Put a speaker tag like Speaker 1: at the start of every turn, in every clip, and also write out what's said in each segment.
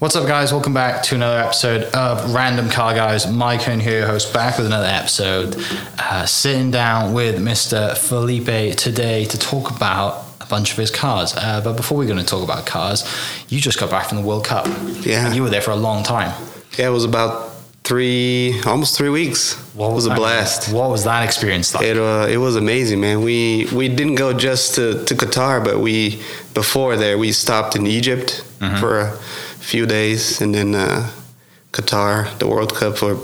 Speaker 1: What's up, guys? Welcome back to another episode of Random Car Guys. Mike Hearn here, your host, back with another episode. Uh, sitting down with Mr. Felipe today to talk about a bunch of his cars. Uh, but before we're going to talk about cars, you just got back from the World Cup.
Speaker 2: Yeah.
Speaker 1: And you were there for a long time.
Speaker 2: Yeah, it was about three, almost three weeks. it was a
Speaker 1: that-
Speaker 2: blast.
Speaker 1: What was that experience like?
Speaker 2: It uh, it was amazing, man. We we didn't go just to, to Qatar, but we before there we stopped in Egypt
Speaker 1: Mm-hmm.
Speaker 2: for a few days, and then uh, Qatar, the World Cup for I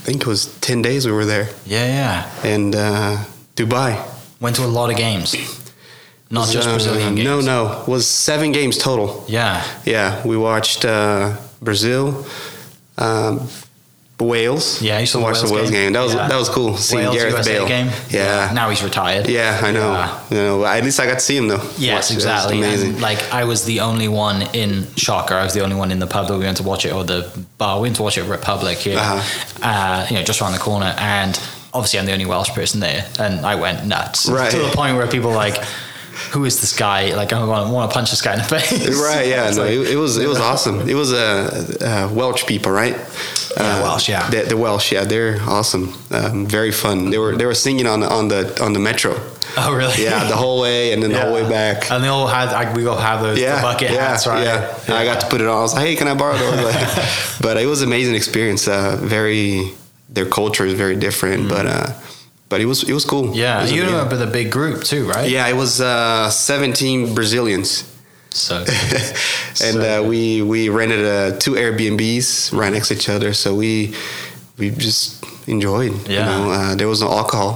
Speaker 2: think it was ten days we were there,
Speaker 1: yeah, yeah.
Speaker 2: and uh, Dubai.
Speaker 1: Went to a lot of games, not just
Speaker 2: Uh,
Speaker 1: Brazilian games.
Speaker 2: No, no, it was seven games total.
Speaker 1: Yeah.
Speaker 2: Yeah, we watched uh, Brazil, um, Wales.
Speaker 1: Yeah, you saw
Speaker 2: I
Speaker 1: the
Speaker 2: watched
Speaker 1: Wales
Speaker 2: the Wales
Speaker 1: game.
Speaker 2: game. That was
Speaker 1: Yeah.
Speaker 2: that was cool. Seeing
Speaker 1: Wales
Speaker 2: Gareth
Speaker 1: USA
Speaker 2: Bale.
Speaker 1: game.
Speaker 2: Yeah.
Speaker 1: Now he's retired.
Speaker 2: yeah, I know.
Speaker 1: Yeah.
Speaker 2: You know, at least I got to see him though.
Speaker 1: Yes,
Speaker 2: Watch it. It was
Speaker 1: exactly.
Speaker 2: Amazing.
Speaker 1: And, like I was the only one in Shocker. I was the only one in the pub that we went to watch it, or the bar we went to watch it. at Republic here, uh
Speaker 2: Uh-huh.
Speaker 1: you know, just around the corner. And obviously, I'm the only Welsh person there, and I went nuts
Speaker 2: Right.
Speaker 1: to the point where people were like, "Who is this guy? Like, "Oh, I want, want to punch this guy in the face."
Speaker 2: Right, yeah,
Speaker 1: It's
Speaker 2: no,
Speaker 1: like,
Speaker 2: it, it was it was awesome. It was uh, uh, Welsh people, right?
Speaker 1: Yeah,
Speaker 2: Uh,
Speaker 1: Welsh, yeah.
Speaker 2: the, the Welsh, yeah, they're awesome, um, very fun. They were they were singing on the on the on the metro,
Speaker 1: oh really?
Speaker 2: yeah, the whole way and then the whole way back.
Speaker 1: And they all had, like, we all have those the bucket hats, right?
Speaker 2: Yeah. And I got to put it on. I was like, hey, can I borrow those? Like, but it was an amazing experience. Uh, very, their culture is very different, but uh, but it was it was cool. It
Speaker 1: Mm-hmm. Yeah,
Speaker 2: was
Speaker 1: you
Speaker 2: amazing.
Speaker 1: remember the big group too, right?
Speaker 2: Yeah, it was uh, 17 Brazilians,
Speaker 1: So
Speaker 2: and uh, we we rented uh, two Airbnbs right next to each other. So we we just enjoyed.
Speaker 1: Yeah.
Speaker 2: You know, uh, there was no alcohol,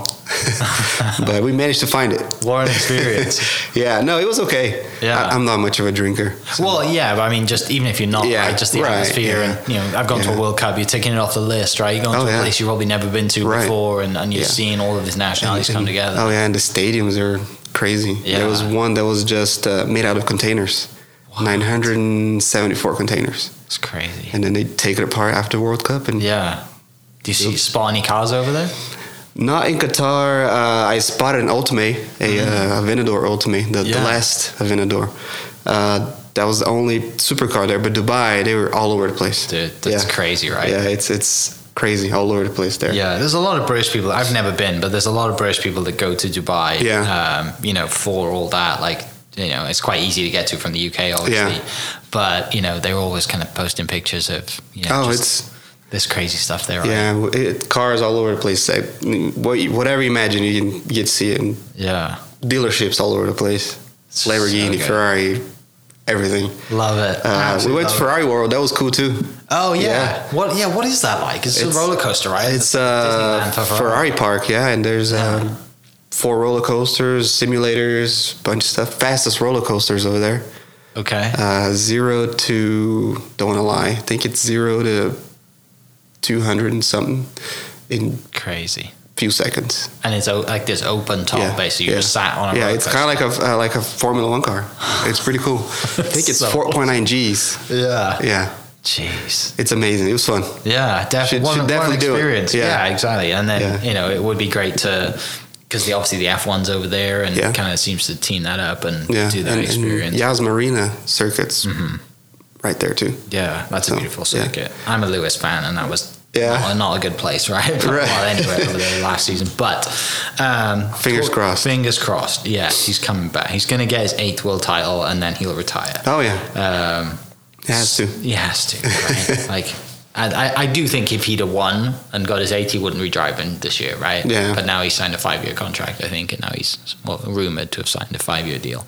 Speaker 2: but we managed to find it.
Speaker 1: what an experience.
Speaker 2: yeah. No, it was okay.
Speaker 1: Yeah.
Speaker 2: I, I'm not much of a drinker. so-
Speaker 1: Well, yeah, but I mean, just even if you're not,
Speaker 2: Yeah,
Speaker 1: like, just the
Speaker 2: right,
Speaker 1: atmosphere,
Speaker 2: yeah.
Speaker 1: and you know, I've gone to a
Speaker 2: Yeah.
Speaker 1: World Cup. You're taking it off the list, right? You're going
Speaker 2: Oh,
Speaker 1: to a
Speaker 2: yeah.
Speaker 1: place you've probably never been to
Speaker 2: Right.
Speaker 1: before, and, and you're
Speaker 2: Yeah.
Speaker 1: seeing all of these nationalities come
Speaker 2: And-
Speaker 1: together.
Speaker 2: Oh yeah, and the stadiums are crazy.
Speaker 1: Yeah.
Speaker 2: There was one that was just uh, made out of containers, 974 containers,
Speaker 1: It's crazy.
Speaker 2: and then they take it apart after World Cup. And
Speaker 1: Yeah. Do you see spot any cars over there?
Speaker 2: not in Qatar, uh, I spotted an Ultime, a uh, Aventador Ultime, the, the
Speaker 1: Mm-hmm. Yeah.
Speaker 2: last Aventador. Uh, that was the only supercar there, but Dubai, they were all over the place.
Speaker 1: Dude, that's
Speaker 2: Yeah.
Speaker 1: crazy, right?
Speaker 2: Yeah, it's it's crazy, all over the place there.
Speaker 1: Yeah, there's a lot of British people. I've never been, but there's a lot of British people that go to Dubai.
Speaker 2: Yeah.
Speaker 1: Um, you know, for all that, like you know, it's quite easy to get to from the UK, obviously. But you know, they're always kind of posting pictures of you know,
Speaker 2: Oh,
Speaker 1: just
Speaker 2: it's
Speaker 1: this crazy stuff there. Right?
Speaker 2: Yeah, w- it, cars all over the place. Like, mm, what, you- whatever you imagine, you can get to see it. in
Speaker 1: Yeah.
Speaker 2: Dealerships all over the place.
Speaker 1: So
Speaker 2: Lamborghini,
Speaker 1: good.
Speaker 2: Ferrari, everything.
Speaker 1: Love it.
Speaker 2: Uh, we
Speaker 1: Absolutely
Speaker 2: went to
Speaker 1: love it.
Speaker 2: Ferrari World. That was cool too.
Speaker 1: Oh yeah.
Speaker 2: Yeah.
Speaker 1: What yeah? What is that like? It's,
Speaker 2: It's-
Speaker 1: a roller coaster, right?
Speaker 2: It's uh,
Speaker 1: Disneyland for Ferrari.
Speaker 2: Ferrari Park. Yeah, and there's um, four roller coasters, simulators, bunch of stuff. Fastest roller coasters over there.
Speaker 1: Okay.
Speaker 2: Uh, zero to don't want to lie. I think it's zero to two hundred and something in
Speaker 1: Crazy.
Speaker 2: few seconds.
Speaker 1: And it's o- like this open top, basically. You're just sat on a
Speaker 2: yeah.
Speaker 1: roller
Speaker 2: It's kind of like a uh, like a Formula One car. It's pretty cool. I think it's
Speaker 1: So
Speaker 2: four point nine Gs.
Speaker 1: coaster. yeah.
Speaker 2: Yeah,
Speaker 1: Jeez.
Speaker 2: it's amazing. It was fun.
Speaker 1: Yeah.
Speaker 2: Should-
Speaker 1: Definitely. One,
Speaker 2: should
Speaker 1: one
Speaker 2: definitely do it.
Speaker 1: experience. Yeah.
Speaker 2: Yeah.
Speaker 1: Exactly. And then
Speaker 2: Yeah.
Speaker 1: you know it would be great to because the, obviously the F1's over there and
Speaker 2: Yeah.
Speaker 1: kind of seems to team that up and
Speaker 2: Yeah,
Speaker 1: do that
Speaker 2: and,
Speaker 1: experience. Mm-hmm.
Speaker 2: and Yas Marina circuits right there too.
Speaker 1: Yeah, that's a
Speaker 2: So,
Speaker 1: beautiful
Speaker 2: yeah.
Speaker 1: circuit. I'm a Lewis fan, and that was
Speaker 2: Yeah.
Speaker 1: not, not a good place, right? But,
Speaker 2: Right.
Speaker 1: Well, anyway, over there last season, but um,
Speaker 2: Fingers
Speaker 1: talk-
Speaker 2: crossed.
Speaker 1: Fingers crossed. Yeah, he's coming back. He's going to get his eighth world title, and then he'll retire.
Speaker 2: Oh yeah,
Speaker 1: Um,
Speaker 2: it has to.
Speaker 1: he has to. Right? like, and I, I do think if he'd have won and got his eight, he wouldn't be driving this year, right?
Speaker 2: Yeah.
Speaker 1: But now he signed a five-year contract, I think, and now he's well rumored to have signed a five-year deal.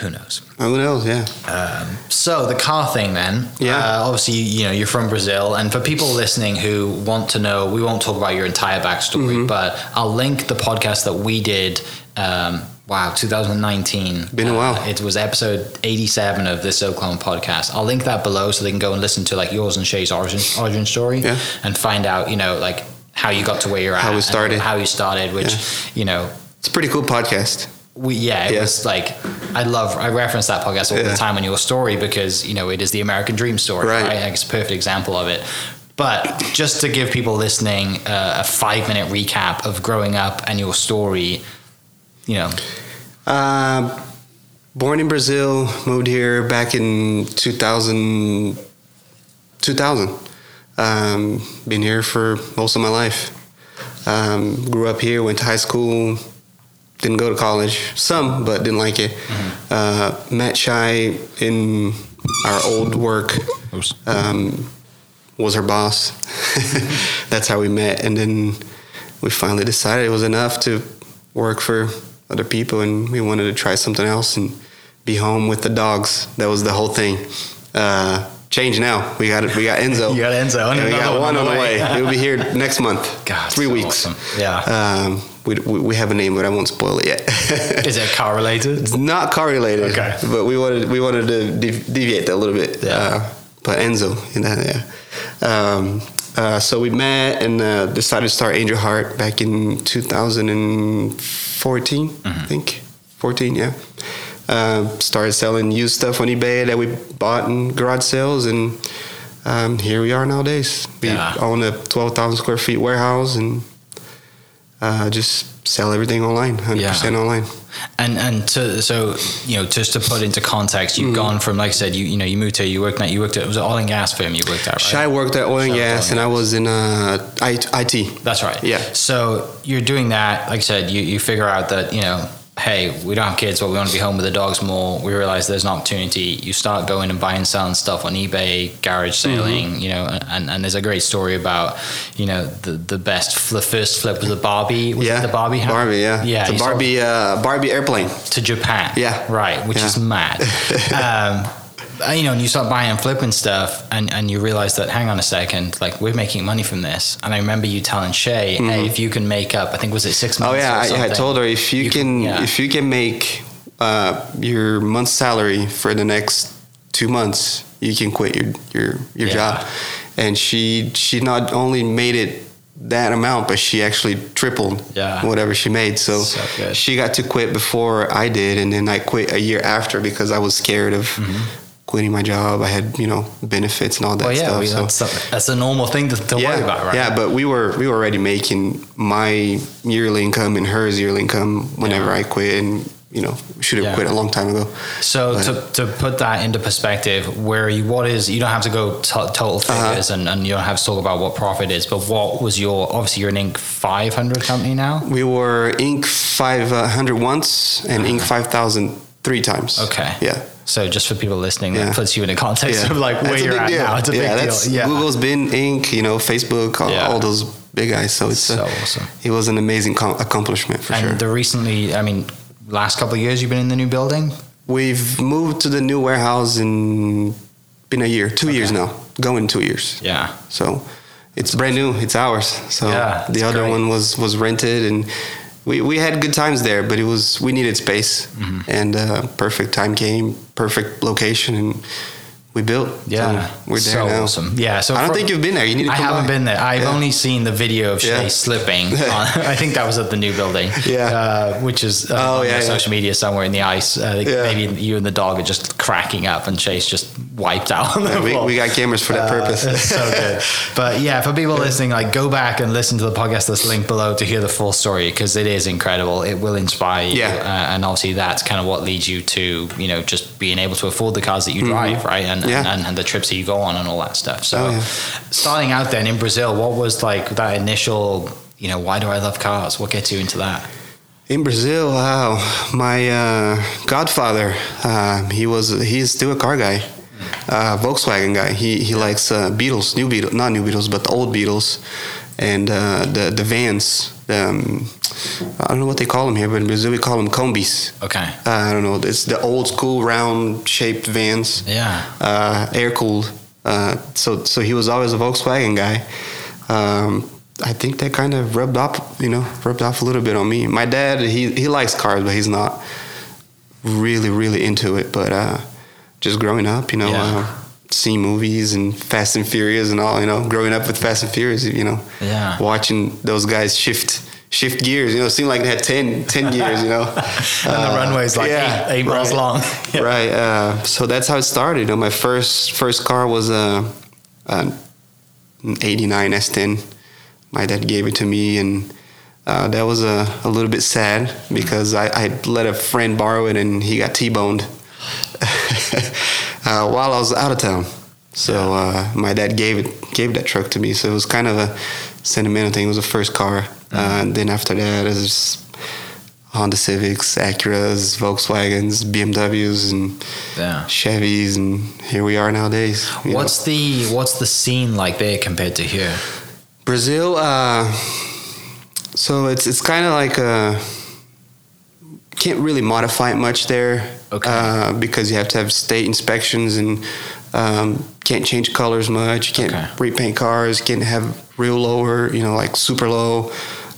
Speaker 1: Who knows?
Speaker 2: Who knows? Yeah,
Speaker 1: Um, So the car thing, then.
Speaker 2: Yeah.
Speaker 1: Uh, obviously, you know you're from Brazil, and for people listening who want to know, we won't talk about your entire backstory,
Speaker 2: Mm-hmm.
Speaker 1: but I'll link the podcast that we did. Um, wow, 2019.
Speaker 2: Been a while.
Speaker 1: Uh, it was episode 87 of this Oklahoma podcast. I'll link that below so they can go and listen to like yours and Shay's origin origin story
Speaker 2: Yeah.
Speaker 1: and find out, you know, like how you got to where you're at,
Speaker 2: How we
Speaker 1: and
Speaker 2: started.
Speaker 1: how you started, which you know
Speaker 2: it's a pretty cool podcast.
Speaker 1: we yeah it
Speaker 2: Yeah.
Speaker 1: was like i love i reference that podcast all the
Speaker 2: Yeah.
Speaker 1: time on your story because you know it is the american dream story right,
Speaker 2: Right.
Speaker 1: Like, it's a perfect example of it but just to give people listening uh, a five minute recap of growing up and your story you know
Speaker 2: Uh, born in Brazil, moved here back in 2005. 2000. Um, been here for most of my life. Um, grew up here, went to high school, didn't go to college, some, but didn't like it.
Speaker 1: Mm-hmm.
Speaker 2: Uh, met Shai in our old work,
Speaker 1: Oops.
Speaker 2: um, was her boss. That's how we met. And then we finally decided it was enough to work for other people and we wanted to try something else and be home with the dogs. That was the whole thing. Uh, change now. We got it. We got Enzo.
Speaker 1: You got Enzo and
Speaker 2: And we
Speaker 1: another
Speaker 2: got
Speaker 1: one on
Speaker 2: one
Speaker 1: the
Speaker 2: on the way.
Speaker 1: way.
Speaker 2: He'll be here next month.
Speaker 1: God,
Speaker 2: three
Speaker 1: so
Speaker 2: weeks.
Speaker 1: awesome. Yeah.
Speaker 2: Um, we, we, we have a name, but I won't spoil it yet.
Speaker 1: Is it car related?
Speaker 2: Not correlated.
Speaker 1: Okay.
Speaker 2: But we wanted we wanted to de- deviate that a little bit.
Speaker 1: Yeah.
Speaker 2: Uh, but Enzo, you know, yeah. Um, uh, so we met and uh, decided to start Angel Heart back in 2014,
Speaker 1: Mm-hmm.
Speaker 2: I think. 14, yeah. Uh, started selling used stuff on eBay that we bought in garage sales, and um, here we are nowadays. We
Speaker 1: Yeah.
Speaker 2: own a 12,000 square feet warehouse and uh, just sell everything online, 100% online.
Speaker 1: And and to, so you know, just to put into context, you've gone from like I said, you you know, you moved here, you worked at you worked at it was an oil and gas firm you worked at, right?
Speaker 2: Shai worked at oil and
Speaker 1: Shai
Speaker 2: gas,
Speaker 1: worked at
Speaker 2: and I was in uh, I- IT.
Speaker 1: That's right.
Speaker 2: Yeah.
Speaker 1: So you're doing that, like I said, you, you figure out that, you know, hey, we don't have kids, but we want to be home with the dogs more. We realize there's an opportunity. You start going and buying and selling stuff on eBay, garage
Speaker 2: Mm-hmm.
Speaker 1: selling, you know, and, and there's a great story about, you know, the, the best, fl- the first flip was the Barbie, was
Speaker 2: Yeah,
Speaker 1: it the Barbie? house?
Speaker 2: Barbie, yeah,
Speaker 1: Yeah.
Speaker 2: the
Speaker 1: you sold
Speaker 2: Barbie, uh, Barbie airplane.
Speaker 1: to Japan.
Speaker 2: Yeah.
Speaker 1: Right, which
Speaker 2: Yeah.
Speaker 1: is mad. um, and, you know, and you start buying and flipping stuff, and, and you realize that, hang on a second, like we're making money from this. And I remember you telling Shay, hey, if you can make up, I think was it six
Speaker 2: Mm-hmm. Oh
Speaker 1: months?
Speaker 2: yeah,
Speaker 1: or
Speaker 2: I, yeah, I
Speaker 1: something,
Speaker 2: told her if you,
Speaker 1: You can-
Speaker 2: can,
Speaker 1: yeah.
Speaker 2: if you can make uh, your month's salary for the next two months, you can quit your your your
Speaker 1: Yeah.
Speaker 2: job. And she she not only made it that amount, but she actually tripled
Speaker 1: Yeah.
Speaker 2: whatever she made. So,
Speaker 1: So good.
Speaker 2: she got to quit before I did, and then I quit a year after because I was scared of. Quitting my job, I had you know benefits and all that
Speaker 1: Mm-hmm. Well, yeah, we,
Speaker 2: stuff. so.
Speaker 1: that's, something- that's a normal thing to, to worry about, right?
Speaker 2: Yeah, but we were we were already making my yearly income and hers yearly income whenever
Speaker 1: Yeah.
Speaker 2: I quit, and you know should have
Speaker 1: Yeah.
Speaker 2: quit a long time ago.
Speaker 1: So
Speaker 2: But-
Speaker 1: to, to put that into perspective, where you what is you don't have to go to total
Speaker 2: Uh-huh.
Speaker 1: figures and, and you don't have to talk about what profit is, but what was your obviously you're an Inc. 500 company now.
Speaker 2: we were Inc. five hundred once and Inc. five thousand three times.
Speaker 1: Uh-huh. Okay.
Speaker 2: Yeah.
Speaker 1: So just for people listening, that
Speaker 2: Yeah.
Speaker 1: puts you in a context
Speaker 2: Yeah.
Speaker 1: of like where
Speaker 2: That's a
Speaker 1: you're
Speaker 2: big
Speaker 1: at
Speaker 2: deal.
Speaker 1: now. It's a
Speaker 2: yeah,
Speaker 1: big
Speaker 2: that's-
Speaker 1: deal. Yeah.
Speaker 2: Google's been Inc. You know, Facebook, all,
Speaker 1: Yeah.
Speaker 2: all those big guys. So it's
Speaker 1: So
Speaker 2: uh,
Speaker 1: awesome.
Speaker 2: It was an amazing com- accomplishment for
Speaker 1: and
Speaker 2: sure.
Speaker 1: the recently, I mean, last couple of years you've been in the new building.
Speaker 2: We've moved to the new warehouse in been a year, two years now, going two years.
Speaker 1: Yeah.
Speaker 2: So it's brand new. It's ours. So
Speaker 1: Yeah, it's
Speaker 2: the other
Speaker 1: great.
Speaker 2: one was was rented, and we we had good times there. But it was we needed space,
Speaker 1: Mm-hmm.
Speaker 2: and uh, perfect time came, perfect location, and we built.
Speaker 1: Yeah.
Speaker 2: so we're there
Speaker 1: so
Speaker 2: now.
Speaker 1: awesome. Yeah. So
Speaker 2: I don't
Speaker 1: for-
Speaker 2: think you've been there. You need to
Speaker 1: I
Speaker 2: come
Speaker 1: haven't
Speaker 2: by.
Speaker 1: been there. I've
Speaker 2: Yeah.
Speaker 1: only seen the video of Shay
Speaker 2: Yeah.
Speaker 1: slipping. on, I think that was at the new building.
Speaker 2: Yeah.
Speaker 1: Uh, which is uh,
Speaker 2: Oh,
Speaker 1: on
Speaker 2: yeah,
Speaker 1: their
Speaker 2: yeah.
Speaker 1: social media somewhere in the ice. I think
Speaker 2: Yeah.
Speaker 1: Maybe you and the dog are just cracking up, and Shay's just wiped out on the
Speaker 2: We,
Speaker 1: floor.
Speaker 2: we got cameras for that
Speaker 1: Uh,
Speaker 2: purpose.
Speaker 1: It's so good. But yeah, for people listening, like go back and listen to the podcast that's linked below to hear the full story because it is incredible. It will inspire you,
Speaker 2: Yeah.
Speaker 1: uh, and obviously that's kind of what leads you to you know just being able to afford the cars that you drive, right? And,
Speaker 2: Mm-hmm. Yeah.
Speaker 1: and and the trips that you go on and all that stuff. So
Speaker 2: Oh, yeah.
Speaker 1: starting out then in Brazil, what was like that initial? You know, why do I love cars? What gets you into that?
Speaker 2: In Brazil, wow, my uh, godfather, um, he was he's still a car guy, uh, Volkswagen guy. He he likes uh, Beatles, new Beatles, not new Beatles, but the old Beatles, and uh, the the vans. Um, I don't know what they call them here, but in Brazil we call them combis.
Speaker 1: Okay.
Speaker 2: Uh, I don't know. It's the old school round shaped vans
Speaker 1: Yeah.
Speaker 2: uh, air cooled. Uh, so so he was always a Volkswagen guy. Um, I think that kind of rubbed off, you know, rubbed off a little bit on me. My dad, he he likes cars, but he's not really really into it. But uh, just growing up, you know,
Speaker 1: Yeah.
Speaker 2: uh, seeing movies and Fast and Furious and all, you know, growing up with Fast and Furious, you know,
Speaker 1: Yeah.
Speaker 2: watching those guys shift shift gears, you know, it seemed like they had 10, 10 years, you know.
Speaker 1: And the runway's like eight, eight miles
Speaker 2: Uh, right
Speaker 1: long. Yeah.
Speaker 2: right. Uh, so that's how it started. You know, my first first car was a, a an '89 S10. My dad gave it to me, and uh, that was a, a little bit sad because I, I let a friend borrow it, and he got T-boned uh, while I was out of town. So uh, my dad gave it gave that truck to me. So it was kind of a sentimental thing. It was the first car. Uh, and then after that, it was just Honda Civics, Acuras, Volkswagens, BMWs, and
Speaker 3: Yeah.
Speaker 2: Chevys, and here we are nowadays. you know.
Speaker 3: What's the what's the scene like there compared to here?
Speaker 2: Brazil? Uh, so it's it's kind of like a can't really modify it much there,
Speaker 3: Okay.
Speaker 2: Uh, because you have to have state inspections and um, can't change colors much. You can't
Speaker 3: Okay.
Speaker 2: repaint cars. Can't have real lower, you know, like super low.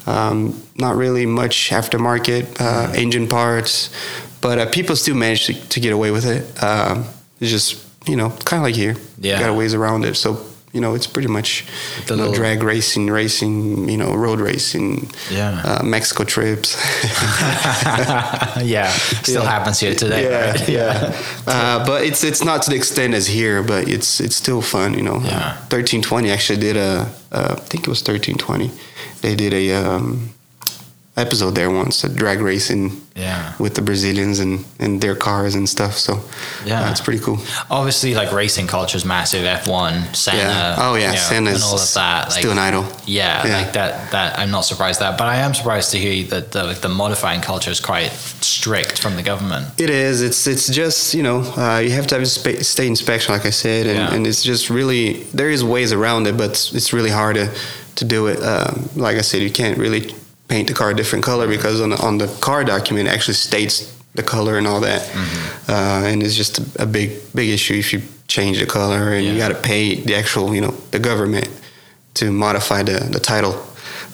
Speaker 2: Um, not really much aftermarket uh,
Speaker 3: Mm-hmm.
Speaker 2: engine parts, but uh, people still manage to, to get away with it. Um, it's just you know kind of like here.
Speaker 3: Yeah.
Speaker 2: you got a ways around it. So you know it's pretty
Speaker 3: The
Speaker 2: much you know,
Speaker 3: little-
Speaker 2: drag racing, racing, you know, road racing,
Speaker 3: Yeah.
Speaker 2: uh, Mexico trips.
Speaker 1: yeah, still
Speaker 2: Yeah.
Speaker 1: happens here today.
Speaker 2: yeah,
Speaker 1: right?
Speaker 2: yeah. Uh, but it's it's not to the extent as here, but it's it's still fun, you know.
Speaker 3: Yeah.
Speaker 2: Thirteen twenty actually did a, uh, I think it was thirteen twenty. They did a um, episode there once, a drag racing.
Speaker 3: Yeah.
Speaker 2: With the Brazilians and, and their cars and stuff, so uh,
Speaker 3: Yeah.
Speaker 2: it's pretty cool.
Speaker 1: Obviously, like racing culture is massive. F one, Senna.
Speaker 2: Yeah. Oh
Speaker 1: you
Speaker 2: yeah,
Speaker 1: know,
Speaker 2: Santa's
Speaker 1: and all of that. Like,
Speaker 2: still an idol.
Speaker 1: Yeah,
Speaker 2: Yeah.
Speaker 1: like that. That I'm not surprised at, but I am surprised to hear that the, like, the modifying culture is quite strict from the government.
Speaker 2: It is. It's it's just you know uh, you have to have a spa- state inspection, like I said, and,
Speaker 1: Yeah.
Speaker 2: and it's just really there is ways around it, but it's, it's really hard to to do it. Um, like I said, you can't really paint the car a different color because on the, on the car document it actually states the color and all that,
Speaker 1: Mm-hmm.
Speaker 2: uh, and it's just a, a big big issue if you change the color and you
Speaker 1: Yeah.
Speaker 2: got to pay the actual you know the government to modify the, the title.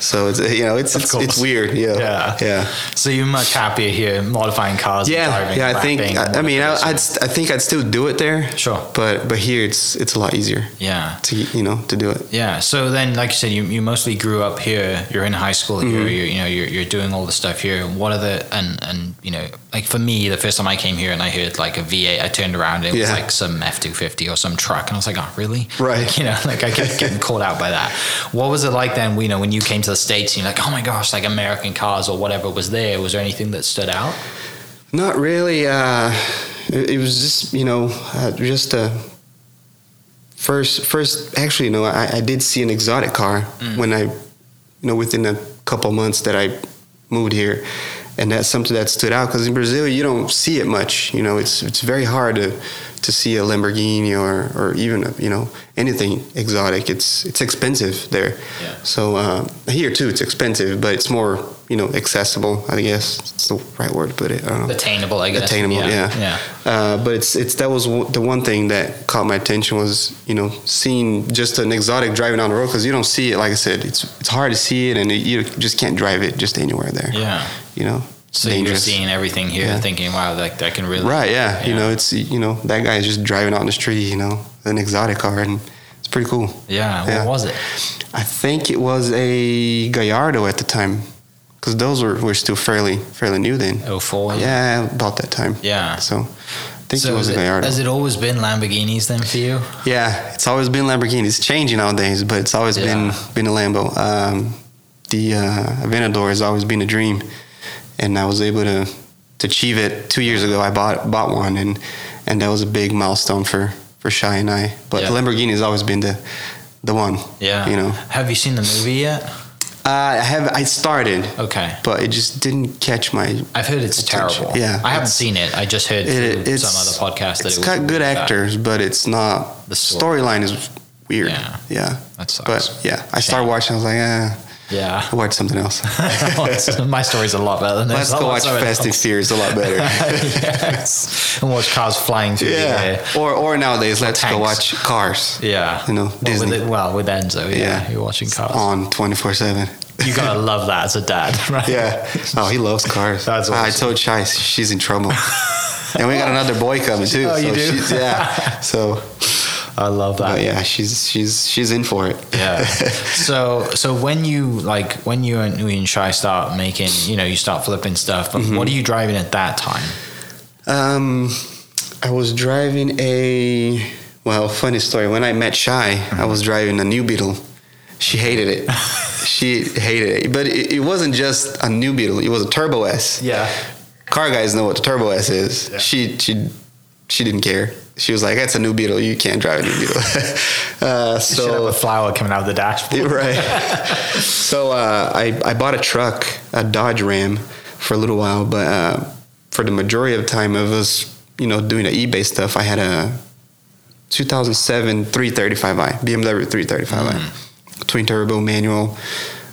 Speaker 2: So it's you know it's it's,
Speaker 1: course.
Speaker 2: it's weird.
Speaker 1: Yeah.
Speaker 2: Yeah. Yeah.
Speaker 1: So you're much happier here modifying cars. and
Speaker 2: Yeah,
Speaker 1: driving,
Speaker 2: yeah. I think.
Speaker 1: wrapping, all
Speaker 2: I, I
Speaker 1: of
Speaker 2: mean, I,
Speaker 1: those.
Speaker 2: I'd, st- I think I'd still do it there.
Speaker 1: Sure.
Speaker 2: But but here it's it's a lot easier
Speaker 1: yeah.
Speaker 2: to you know to do it.
Speaker 1: Yeah. So then, like you said, you, you mostly grew up here. You're in high school here.
Speaker 2: Mm-hmm.
Speaker 1: You're, you know, you're, you're doing all the stuff here. What are the and and you know, like for me, the first time I came here and I heard like a V8, I turned around and it was
Speaker 2: Yeah.
Speaker 1: like some F250 or some truck, and I was like, oh, really?
Speaker 2: Right.
Speaker 1: You know, like I kept getting called out by that. What was it like then? You know, when you came to the states, and you're like, oh my gosh, like American cars or whatever was there. Was there anything that stood out?
Speaker 2: Not really. Uh, it, it was just you know uh, just a first first actually you know I, I did see an exotic car when I you know within a couple months that I moved here, and that's something that stood out because in Brazil you don't see it much. You know it's it's very hard to to see a Lamborghini or or even you know anything exotic. It's it's expensive there.
Speaker 1: Yeah.
Speaker 2: So uh, here too it's expensive, but it's more you know accessible. I guess it's the right word to put it. I don't know
Speaker 1: Attainable, I guess.
Speaker 2: attainable. Yeah,
Speaker 1: Yeah.
Speaker 2: Uh, but it's it's that was w- the one thing that caught my attention was you know seeing just an exotic driving down the road because you don't see it. Like I said, it's it's hard to see it, and it, you just can't drive it just anywhere there.
Speaker 1: Yeah.
Speaker 2: you know, it's
Speaker 1: So
Speaker 2: dangerous.
Speaker 1: you're seeing everything here,
Speaker 2: Yeah.
Speaker 1: and thinking, wow, like that can really
Speaker 2: Right? Yeah. You
Speaker 1: Yeah.
Speaker 2: know, it's you know that guy's just driving out in the street. You know, an exotic car, and it's pretty cool.
Speaker 1: Yeah. What
Speaker 2: Yeah.
Speaker 1: was it?
Speaker 2: I think it was a Gallardo at the time because those were were still fairly fairly new then.
Speaker 1: Oh four.
Speaker 2: Yeah, about that time.
Speaker 1: Yeah.
Speaker 2: So. I think
Speaker 1: So
Speaker 2: it was
Speaker 1: is
Speaker 2: a
Speaker 1: it,
Speaker 2: Gallardo.
Speaker 1: has it always been Lamborghinis then for you?
Speaker 2: Yeah, it's always been Lamborghini. It's changing nowadays, but it's always
Speaker 1: Yeah.
Speaker 2: been been a Lambo. Um, the uh, Aventador has always been a dream, and I was able to to achieve it two years ago. I bought bought one, and and that was a big milestone for for Shy and I. But
Speaker 1: Yeah.
Speaker 2: the Lamborghini has always been the the one.
Speaker 1: Yeah.
Speaker 2: you know.
Speaker 1: Have you seen the movie yet?
Speaker 2: Uh, I have I started,
Speaker 1: Okay.
Speaker 2: but it just didn't catch my.
Speaker 1: I've heard it's
Speaker 2: Attention.
Speaker 1: terrible.
Speaker 2: Yeah,
Speaker 1: I haven't
Speaker 2: it's-
Speaker 1: seen it. I just heard
Speaker 2: It,
Speaker 1: through
Speaker 2: it's
Speaker 1: some other podcast that
Speaker 2: it's
Speaker 1: it was
Speaker 2: got good
Speaker 1: really bad.
Speaker 2: actors, but it's not. The
Speaker 1: The story.
Speaker 2: storyline is weird.
Speaker 1: Yeah.
Speaker 2: yeah.
Speaker 1: That sucks.
Speaker 2: But yeah, I started watching. I was like, ah,
Speaker 1: Yeah.
Speaker 2: I watched something else.
Speaker 1: My story's a lot better than this.
Speaker 2: Let's go
Speaker 1: I'll
Speaker 2: watch
Speaker 1: something
Speaker 2: Fast and
Speaker 1: else.
Speaker 2: Furious a lot better.
Speaker 1: yes. And watch cars flying through the air.
Speaker 2: Or or nowadays, let's go
Speaker 1: tanks.
Speaker 2: watch Cars
Speaker 1: Yeah.
Speaker 2: You know,
Speaker 1: well,
Speaker 2: Disney.
Speaker 1: With it, well, with Enzo, yeah.
Speaker 2: Yeah.
Speaker 1: You're watching cars.
Speaker 2: on twenty four seven.
Speaker 1: You gotta love that as a dad, right?
Speaker 2: Yeah. Oh, he loves Cars.
Speaker 1: That's
Speaker 2: Ah, I
Speaker 1: awesome.
Speaker 2: told Chai she's in trouble. and we got another boy coming too.
Speaker 1: Oh, you
Speaker 2: so
Speaker 1: do?
Speaker 2: She's, yeah. So,
Speaker 1: I love that.
Speaker 2: but yeah, she's she's she's in for it.
Speaker 1: yeah so so when you like when you and when shy start making you know you start flipping stuff
Speaker 2: Mm-hmm.
Speaker 1: but what are you driving at that time
Speaker 2: Um, I was driving a well, funny story. When I met Shy, I was driving a new Beetle. She hated it. she hated it. But it, it wasn't just a new Beetle. It was a Turbo S.
Speaker 1: yeah
Speaker 2: Car guys know what the Turbo S is.
Speaker 1: Yeah.
Speaker 2: She she she didn't care. she was like, "That's a new Beetle. You can't drive a new Beetle." uh,
Speaker 1: Should have a
Speaker 2: so
Speaker 1: flower coming out of the dashboard.
Speaker 2: right. so uh, I I bought a truck, a Dodge Ram, for a little while, but uh, for the majority of the time of us, you know, doing the eBay stuff, I had a 2007 335i BMW 335i,
Speaker 1: Mm-hmm.
Speaker 2: twin turbo manual,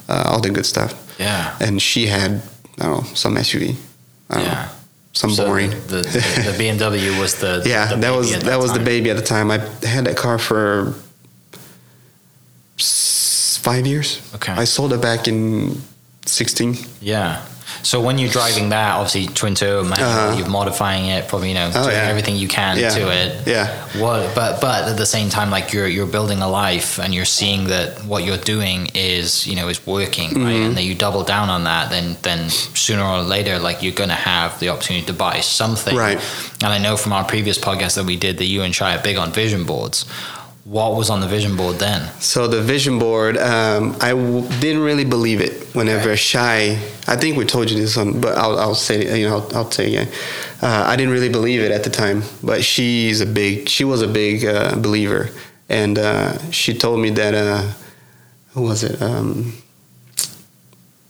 Speaker 2: uh, all the good stuff.
Speaker 1: Yeah.
Speaker 2: And she had I don't know some SUV. I don't
Speaker 1: Yeah.
Speaker 2: know, some
Speaker 1: So
Speaker 2: Oh, boring.
Speaker 1: The, the, the BMW was the
Speaker 2: Yeah,
Speaker 1: the
Speaker 2: that was
Speaker 1: baby
Speaker 2: that,
Speaker 1: at
Speaker 2: was the
Speaker 1: time.
Speaker 2: baby at the time. I had that car for s- five years.
Speaker 1: Okay.
Speaker 2: I sold it back in sixteen.
Speaker 1: Yeah. So when you're driving that, obviously twin turbo manual,
Speaker 2: Uh-huh.
Speaker 1: you're modifying it, probably you know
Speaker 2: Oh,
Speaker 1: doing
Speaker 2: yeah.
Speaker 1: everything you can
Speaker 2: Yeah.
Speaker 1: to it.
Speaker 2: Yeah.
Speaker 1: What? But but at the same time, like you're you're building a life and you're seeing that what you're doing is you know is working, right? And that you double down on that, then then sooner or later, like you're gonna have the opportunity to buy something,
Speaker 2: Right.
Speaker 1: And I know from our previous podcast that we did that you and Shai are big on vision boards. What was on the vision board then?
Speaker 2: So the vision board, um, I w- didn't really believe it. Whenever shy, I think we told you this on, but I'll, I'll say it, you know I'll, I'll say it again. Uh, I didn't really believe it at the time, but she's a big she was a big uh, believer, and uh, she told me that uh, who was it? Um,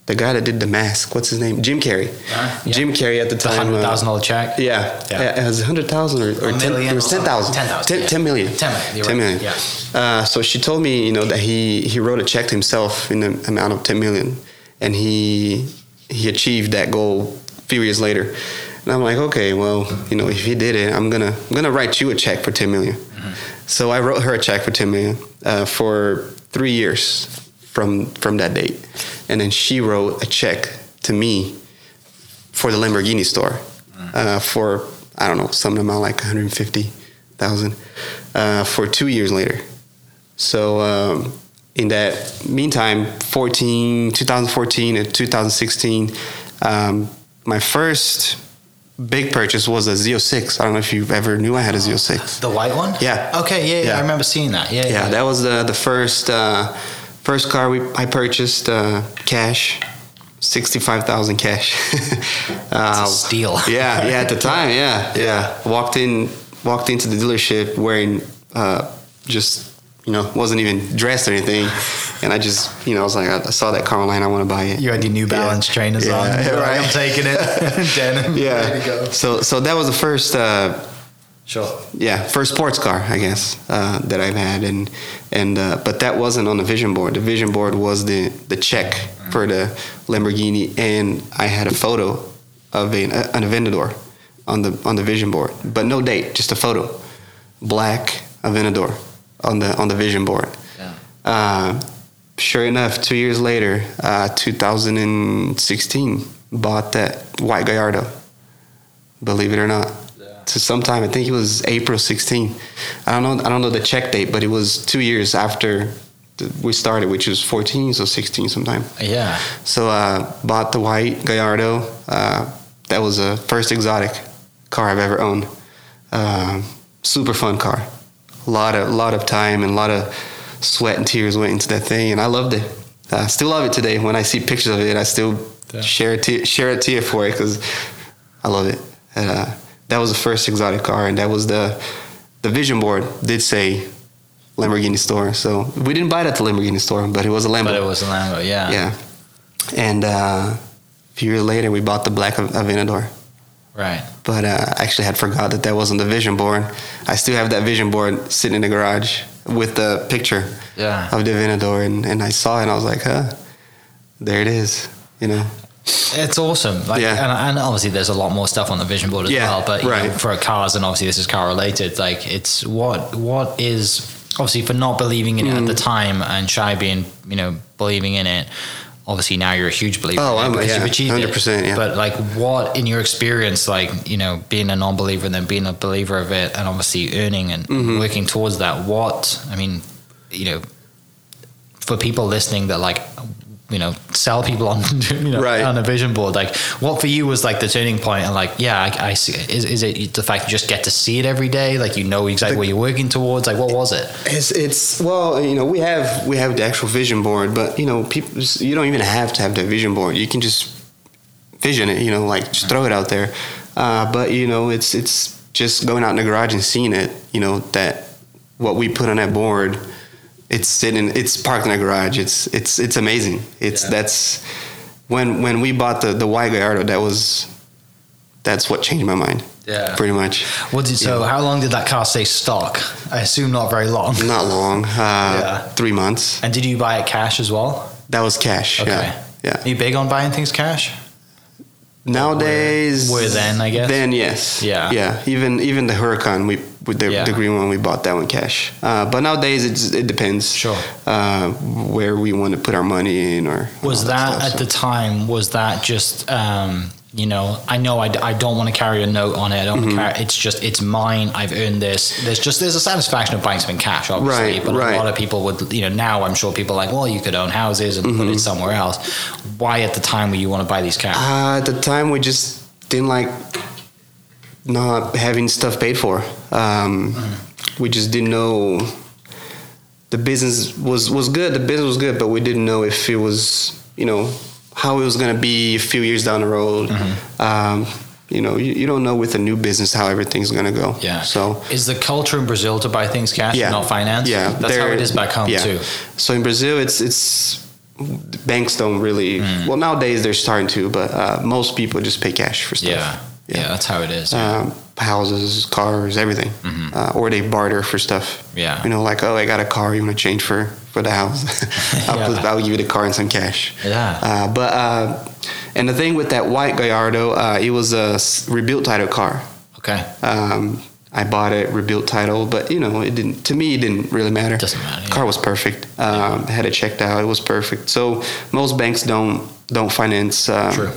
Speaker 2: the guy that did the mask. What's his name? Jim Carrey.
Speaker 1: Ah, yeah.
Speaker 2: Jim Carrey at the
Speaker 1: The
Speaker 2: time.
Speaker 1: hundred
Speaker 2: uh,
Speaker 1: thousand dollar check.
Speaker 2: yeah,
Speaker 1: Yeah.
Speaker 2: yeah. it was 100,000 or, or
Speaker 1: A
Speaker 2: 10
Speaker 1: million
Speaker 2: it
Speaker 1: or
Speaker 2: was
Speaker 1: something.
Speaker 2: 10,000.
Speaker 1: 10,000,
Speaker 2: 10,
Speaker 1: yeah.
Speaker 2: 10 million.
Speaker 1: 10 million, you're
Speaker 2: 10
Speaker 1: right,
Speaker 2: million. Uh, so she told me, you know, that he, he wrote a check to himself in the amount of 10 million and he, he achieved that goal a few years later. And I'm like, okay, well, you know, if he did it, I'm gonna, I'm gonna write you a check for 10 million. So I wrote her a check for 10 million, uh, for three years from, from that date. And then she wrote a check to me for the Lamborghini store uh, for I don't know some amount like 150 thousand uh, for two years later. So um, in that meantime, 14, 2014 and 2016, um, my first big purchase was a Z06. I don't know if you ever knew I had a Z06.
Speaker 1: The white one?
Speaker 2: Yeah.
Speaker 1: Okay, yeah, yeah,
Speaker 2: Yeah.
Speaker 1: I remember seeing that. Yeah,
Speaker 2: Yeah, that was the the first uh, first car we I purchased uh, cash, sixty five thousand cash. uh,
Speaker 1: It's a steal.
Speaker 2: yeah, yeah. At the time, yeah, yeah. Walked in, walked into the dealership wearing uh, just you know wasn't even dressed or anything, and I just you know I was like I, I saw that car online, I want to buy it.
Speaker 1: You had your New Balance trainers
Speaker 2: Yeah,
Speaker 1: on.
Speaker 2: yeah,
Speaker 1: You're like,
Speaker 2: right.
Speaker 1: I'm taking it. Denim. Ready to
Speaker 2: yeah.
Speaker 1: go.
Speaker 2: So so that was the first. Uh,
Speaker 1: Sure.
Speaker 2: yeah, first sports car, I guess, uh, that I've had, and and uh, but that wasn't on the vision board. The vision board was the the check for the Lamborghini, and I had a photo of an, uh, an Aventador on the on the vision board, but no date, just a photo, black Aventador on the on the vision board.
Speaker 1: Yeah.
Speaker 2: Uh, sure enough, two years later, uh, 2016, bought that white Gallardo. Believe it or not, to sometime I think it was April 16. I don't know. I don't know the check date, but it was two years after th- we started, which was 14 so 16 sometime.
Speaker 1: Yeah.
Speaker 2: So uh, bought the white Gallardo. Uh, that was the first exotic car I've ever owned. Um, super fun car. A lot of lot of time and a lot of sweat and tears went into that thing, and I loved it. I still love it today. When I see pictures of it, I still
Speaker 1: Yeah.
Speaker 2: share a tear, share a tear for it because I love it. And, uh, that was the first exotic car, and that was the the vision board did say Lamborghini store. So we didn't buy it at the Lamborghini store, but it was a Lamborghini.
Speaker 1: But it was a Lambo, yeah.
Speaker 2: Yeah. And uh, a few years later, we bought the black Av- Aventador.
Speaker 1: Right.
Speaker 2: But uh, I actually had forgot that that wasn't the vision board. I still have that vision board sitting in the garage with the picture
Speaker 1: Yeah.
Speaker 2: of the Aventador. And, and I saw it and I was like, huh, there it is. You know?
Speaker 1: It's awesome. Like,
Speaker 2: Yeah.
Speaker 1: and, and obviously, there's a lot more stuff on the vision board as
Speaker 2: Yeah,
Speaker 1: well. But you know,
Speaker 2: right.
Speaker 1: for cars, and obviously, this is car related. Like, it's what what is obviously for not believing in it at
Speaker 2: Mm.
Speaker 1: the time, and shy being you know believing in it. Obviously, now you're a huge believer.
Speaker 2: Oh,
Speaker 1: in it
Speaker 2: I'm-
Speaker 1: because
Speaker 2: yeah,
Speaker 1: you've achieved it.
Speaker 2: 100%, yeah.
Speaker 1: But like, what in your experience, like you know, being a non-believer and then being a believer of it, and obviously earning and
Speaker 2: Mm-hmm.
Speaker 1: working towards that. What I mean, you know, for people listening that like you know sell people on you know,
Speaker 2: Right.
Speaker 1: on a vision board like what for you was like the turning point and like yeah I, I see it. is, is it the fact you just get to see it every day like you know exactly what you're working towards like what was it
Speaker 2: It's, it's well, you know, we have we have the actual vision board, but you know, people, you don't even have to have the vision board. You can just vision it, you know, like just throw it out there. Uh, but you know, it's it's just going out in the garage and seeing it, you know, that what we put on that board, it's sitting, it's parked in a garage. It's it's it's amazing. It's
Speaker 1: Yeah.
Speaker 2: that's when when we bought the the white Gallardo, that was that's what changed my mind.
Speaker 1: Yeah.
Speaker 2: pretty much.
Speaker 1: What did, so how long did that car stay stock? I assume not very long.
Speaker 2: Not long, uh,
Speaker 1: Yeah.
Speaker 2: three months.
Speaker 1: And did you buy it cash as well?
Speaker 2: That was cash.
Speaker 1: Okay.
Speaker 2: Yeah, yeah.
Speaker 1: Are you big on buying things cash?
Speaker 2: Nowadays,
Speaker 1: were then, I guess?
Speaker 2: Then yes,
Speaker 1: Yeah.
Speaker 2: yeah. Even even the Huracan, we with the,
Speaker 1: Yeah.
Speaker 2: the green one, we bought that one cash. Uh, but nowadays, it's, it depends.
Speaker 1: Sure.
Speaker 2: Uh, where we want to put our money in, or
Speaker 1: was
Speaker 2: all
Speaker 1: that,
Speaker 2: stuff,
Speaker 1: at
Speaker 2: so.
Speaker 1: the time was that just um you know i know i, d- I don't want to carry a note on it i don't
Speaker 2: Mm-hmm.
Speaker 1: wanna carry, it's just it's mine i've earned this there's just there's a satisfaction of buying something cash obviously
Speaker 2: Right,
Speaker 1: but
Speaker 2: right.
Speaker 1: a lot of people would you know now i'm sure people are like well you could own houses and put it somewhere else why at the time would you want to buy these cash
Speaker 2: Mm-hmm. Uh, at the time, we just didn't like not having stuff paid for. Um, We just didn't know. The business was was good. The business was good, but we didn't know if it was you know how it was gonna be a few years down the road. Um, you know, you, you don't know with a new business how everything's gonna go.
Speaker 1: yeah
Speaker 2: So
Speaker 1: is the culture in brazil to buy things cash
Speaker 2: yeah,
Speaker 1: and not finance
Speaker 2: Yeah,
Speaker 1: that's how
Speaker 2: There-
Speaker 1: it is back home
Speaker 2: yeah.
Speaker 1: too
Speaker 2: So in Brazil, it's it's banks don't really.
Speaker 1: Mm.
Speaker 2: Well, nowadays they're starting to, but uh, most people just pay cash for stuff.
Speaker 1: yeah. yeah that's how it is
Speaker 2: um, houses, cars, everything, uh, or they barter for stuff.
Speaker 1: Mm-hmm. Yeah.
Speaker 2: you know, like oh, I got a car, you want to change for for the house? I'll, put,
Speaker 1: Yeah.
Speaker 2: I'll give you the car and some cash.
Speaker 1: Yeah.
Speaker 2: uh, but uh, and the thing with that white Gallardo, uh, it was a s- rebuilt title car.
Speaker 1: okay
Speaker 2: Um, I bought it rebuilt title, but you know, it didn't. To me, it didn't really matter.
Speaker 1: Doesn't matter,
Speaker 2: Car was perfect. Um, Had it checked out. It was perfect. So most banks don't don't finance um,
Speaker 1: True.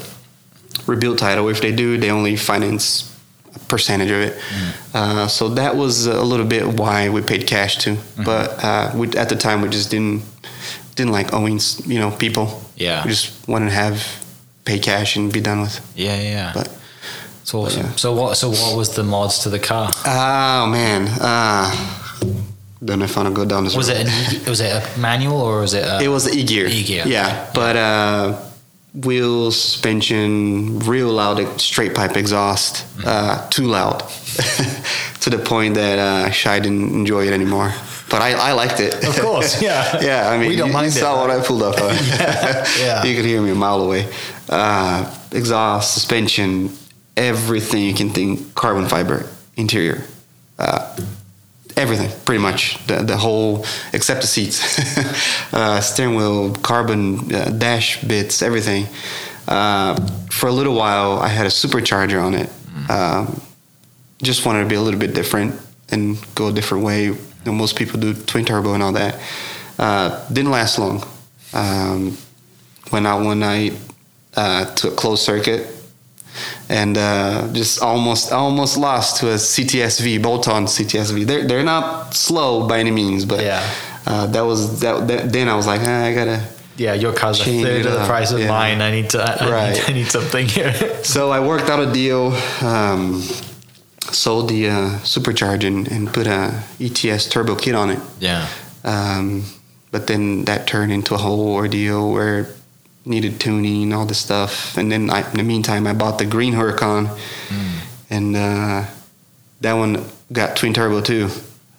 Speaker 2: rebuilt title. If they do, they only finance a percentage of it.
Speaker 1: Mm-hmm.
Speaker 2: Uh, so that was a little bit why we paid cash too.
Speaker 1: Mm-hmm.
Speaker 2: But uh, we, at the time, we just didn't didn't like owing s- you know people.
Speaker 1: Yeah.
Speaker 2: we just wanted to have pay cash and be done with.
Speaker 1: yeah yeah, yeah
Speaker 2: But
Speaker 1: it's awesome
Speaker 2: yeah.
Speaker 1: so what so what was the mods to the car
Speaker 2: Oh man, uh, don't know if I want to go down this.
Speaker 1: Was
Speaker 2: road.
Speaker 1: it an, e, was it a manual or was it? A,
Speaker 2: It was the E gear.
Speaker 1: E-gear, okay.
Speaker 2: Yeah, but uh, wheel suspension, real loud, ex- straight pipe exhaust, uh, too loud, to the point that uh, Shai didn't enjoy it anymore. But I, I liked it.
Speaker 1: Of course, yeah.
Speaker 2: yeah, I mean,
Speaker 1: We don't
Speaker 2: you,
Speaker 1: mind
Speaker 2: you
Speaker 1: it,
Speaker 2: saw what I pulled up. on.
Speaker 1: yeah.
Speaker 2: you could hear me a mile away. Uh, exhaust, suspension, everything you can think, carbon fiber interior. Uh, everything pretty much the, the whole except the seats uh, steering wheel carbon uh, dash bits everything uh, for a little while i had a supercharger on it
Speaker 1: Mm.
Speaker 2: um, just wanted to be a little bit different and go a different way you know, most people do twin turbo and all that uh, didn't last long um, went out one night uh, to a closed circuit and uh, just almost almost lost to a CTSV bolt-on CTSV. They're they're not slow by any means, but
Speaker 1: Yeah.
Speaker 2: uh, that was that, that. Then I was like, ah, I gotta.
Speaker 1: yeah, your car's a
Speaker 2: Change
Speaker 1: third
Speaker 2: it
Speaker 1: of the
Speaker 2: up,
Speaker 1: price of
Speaker 2: yeah.
Speaker 1: mine. I need to. I, I need,
Speaker 2: Right.
Speaker 1: I need something here.
Speaker 2: So I worked out a deal, um, sold the uh, supercharge and, and put a ETS turbo kit on it.
Speaker 1: yeah.
Speaker 2: Um, but then that turned into a whole ordeal where it needed tuning, all this stuff. And then I, in the meantime, I bought the green Huracan, and uh, that one got twin turbo too.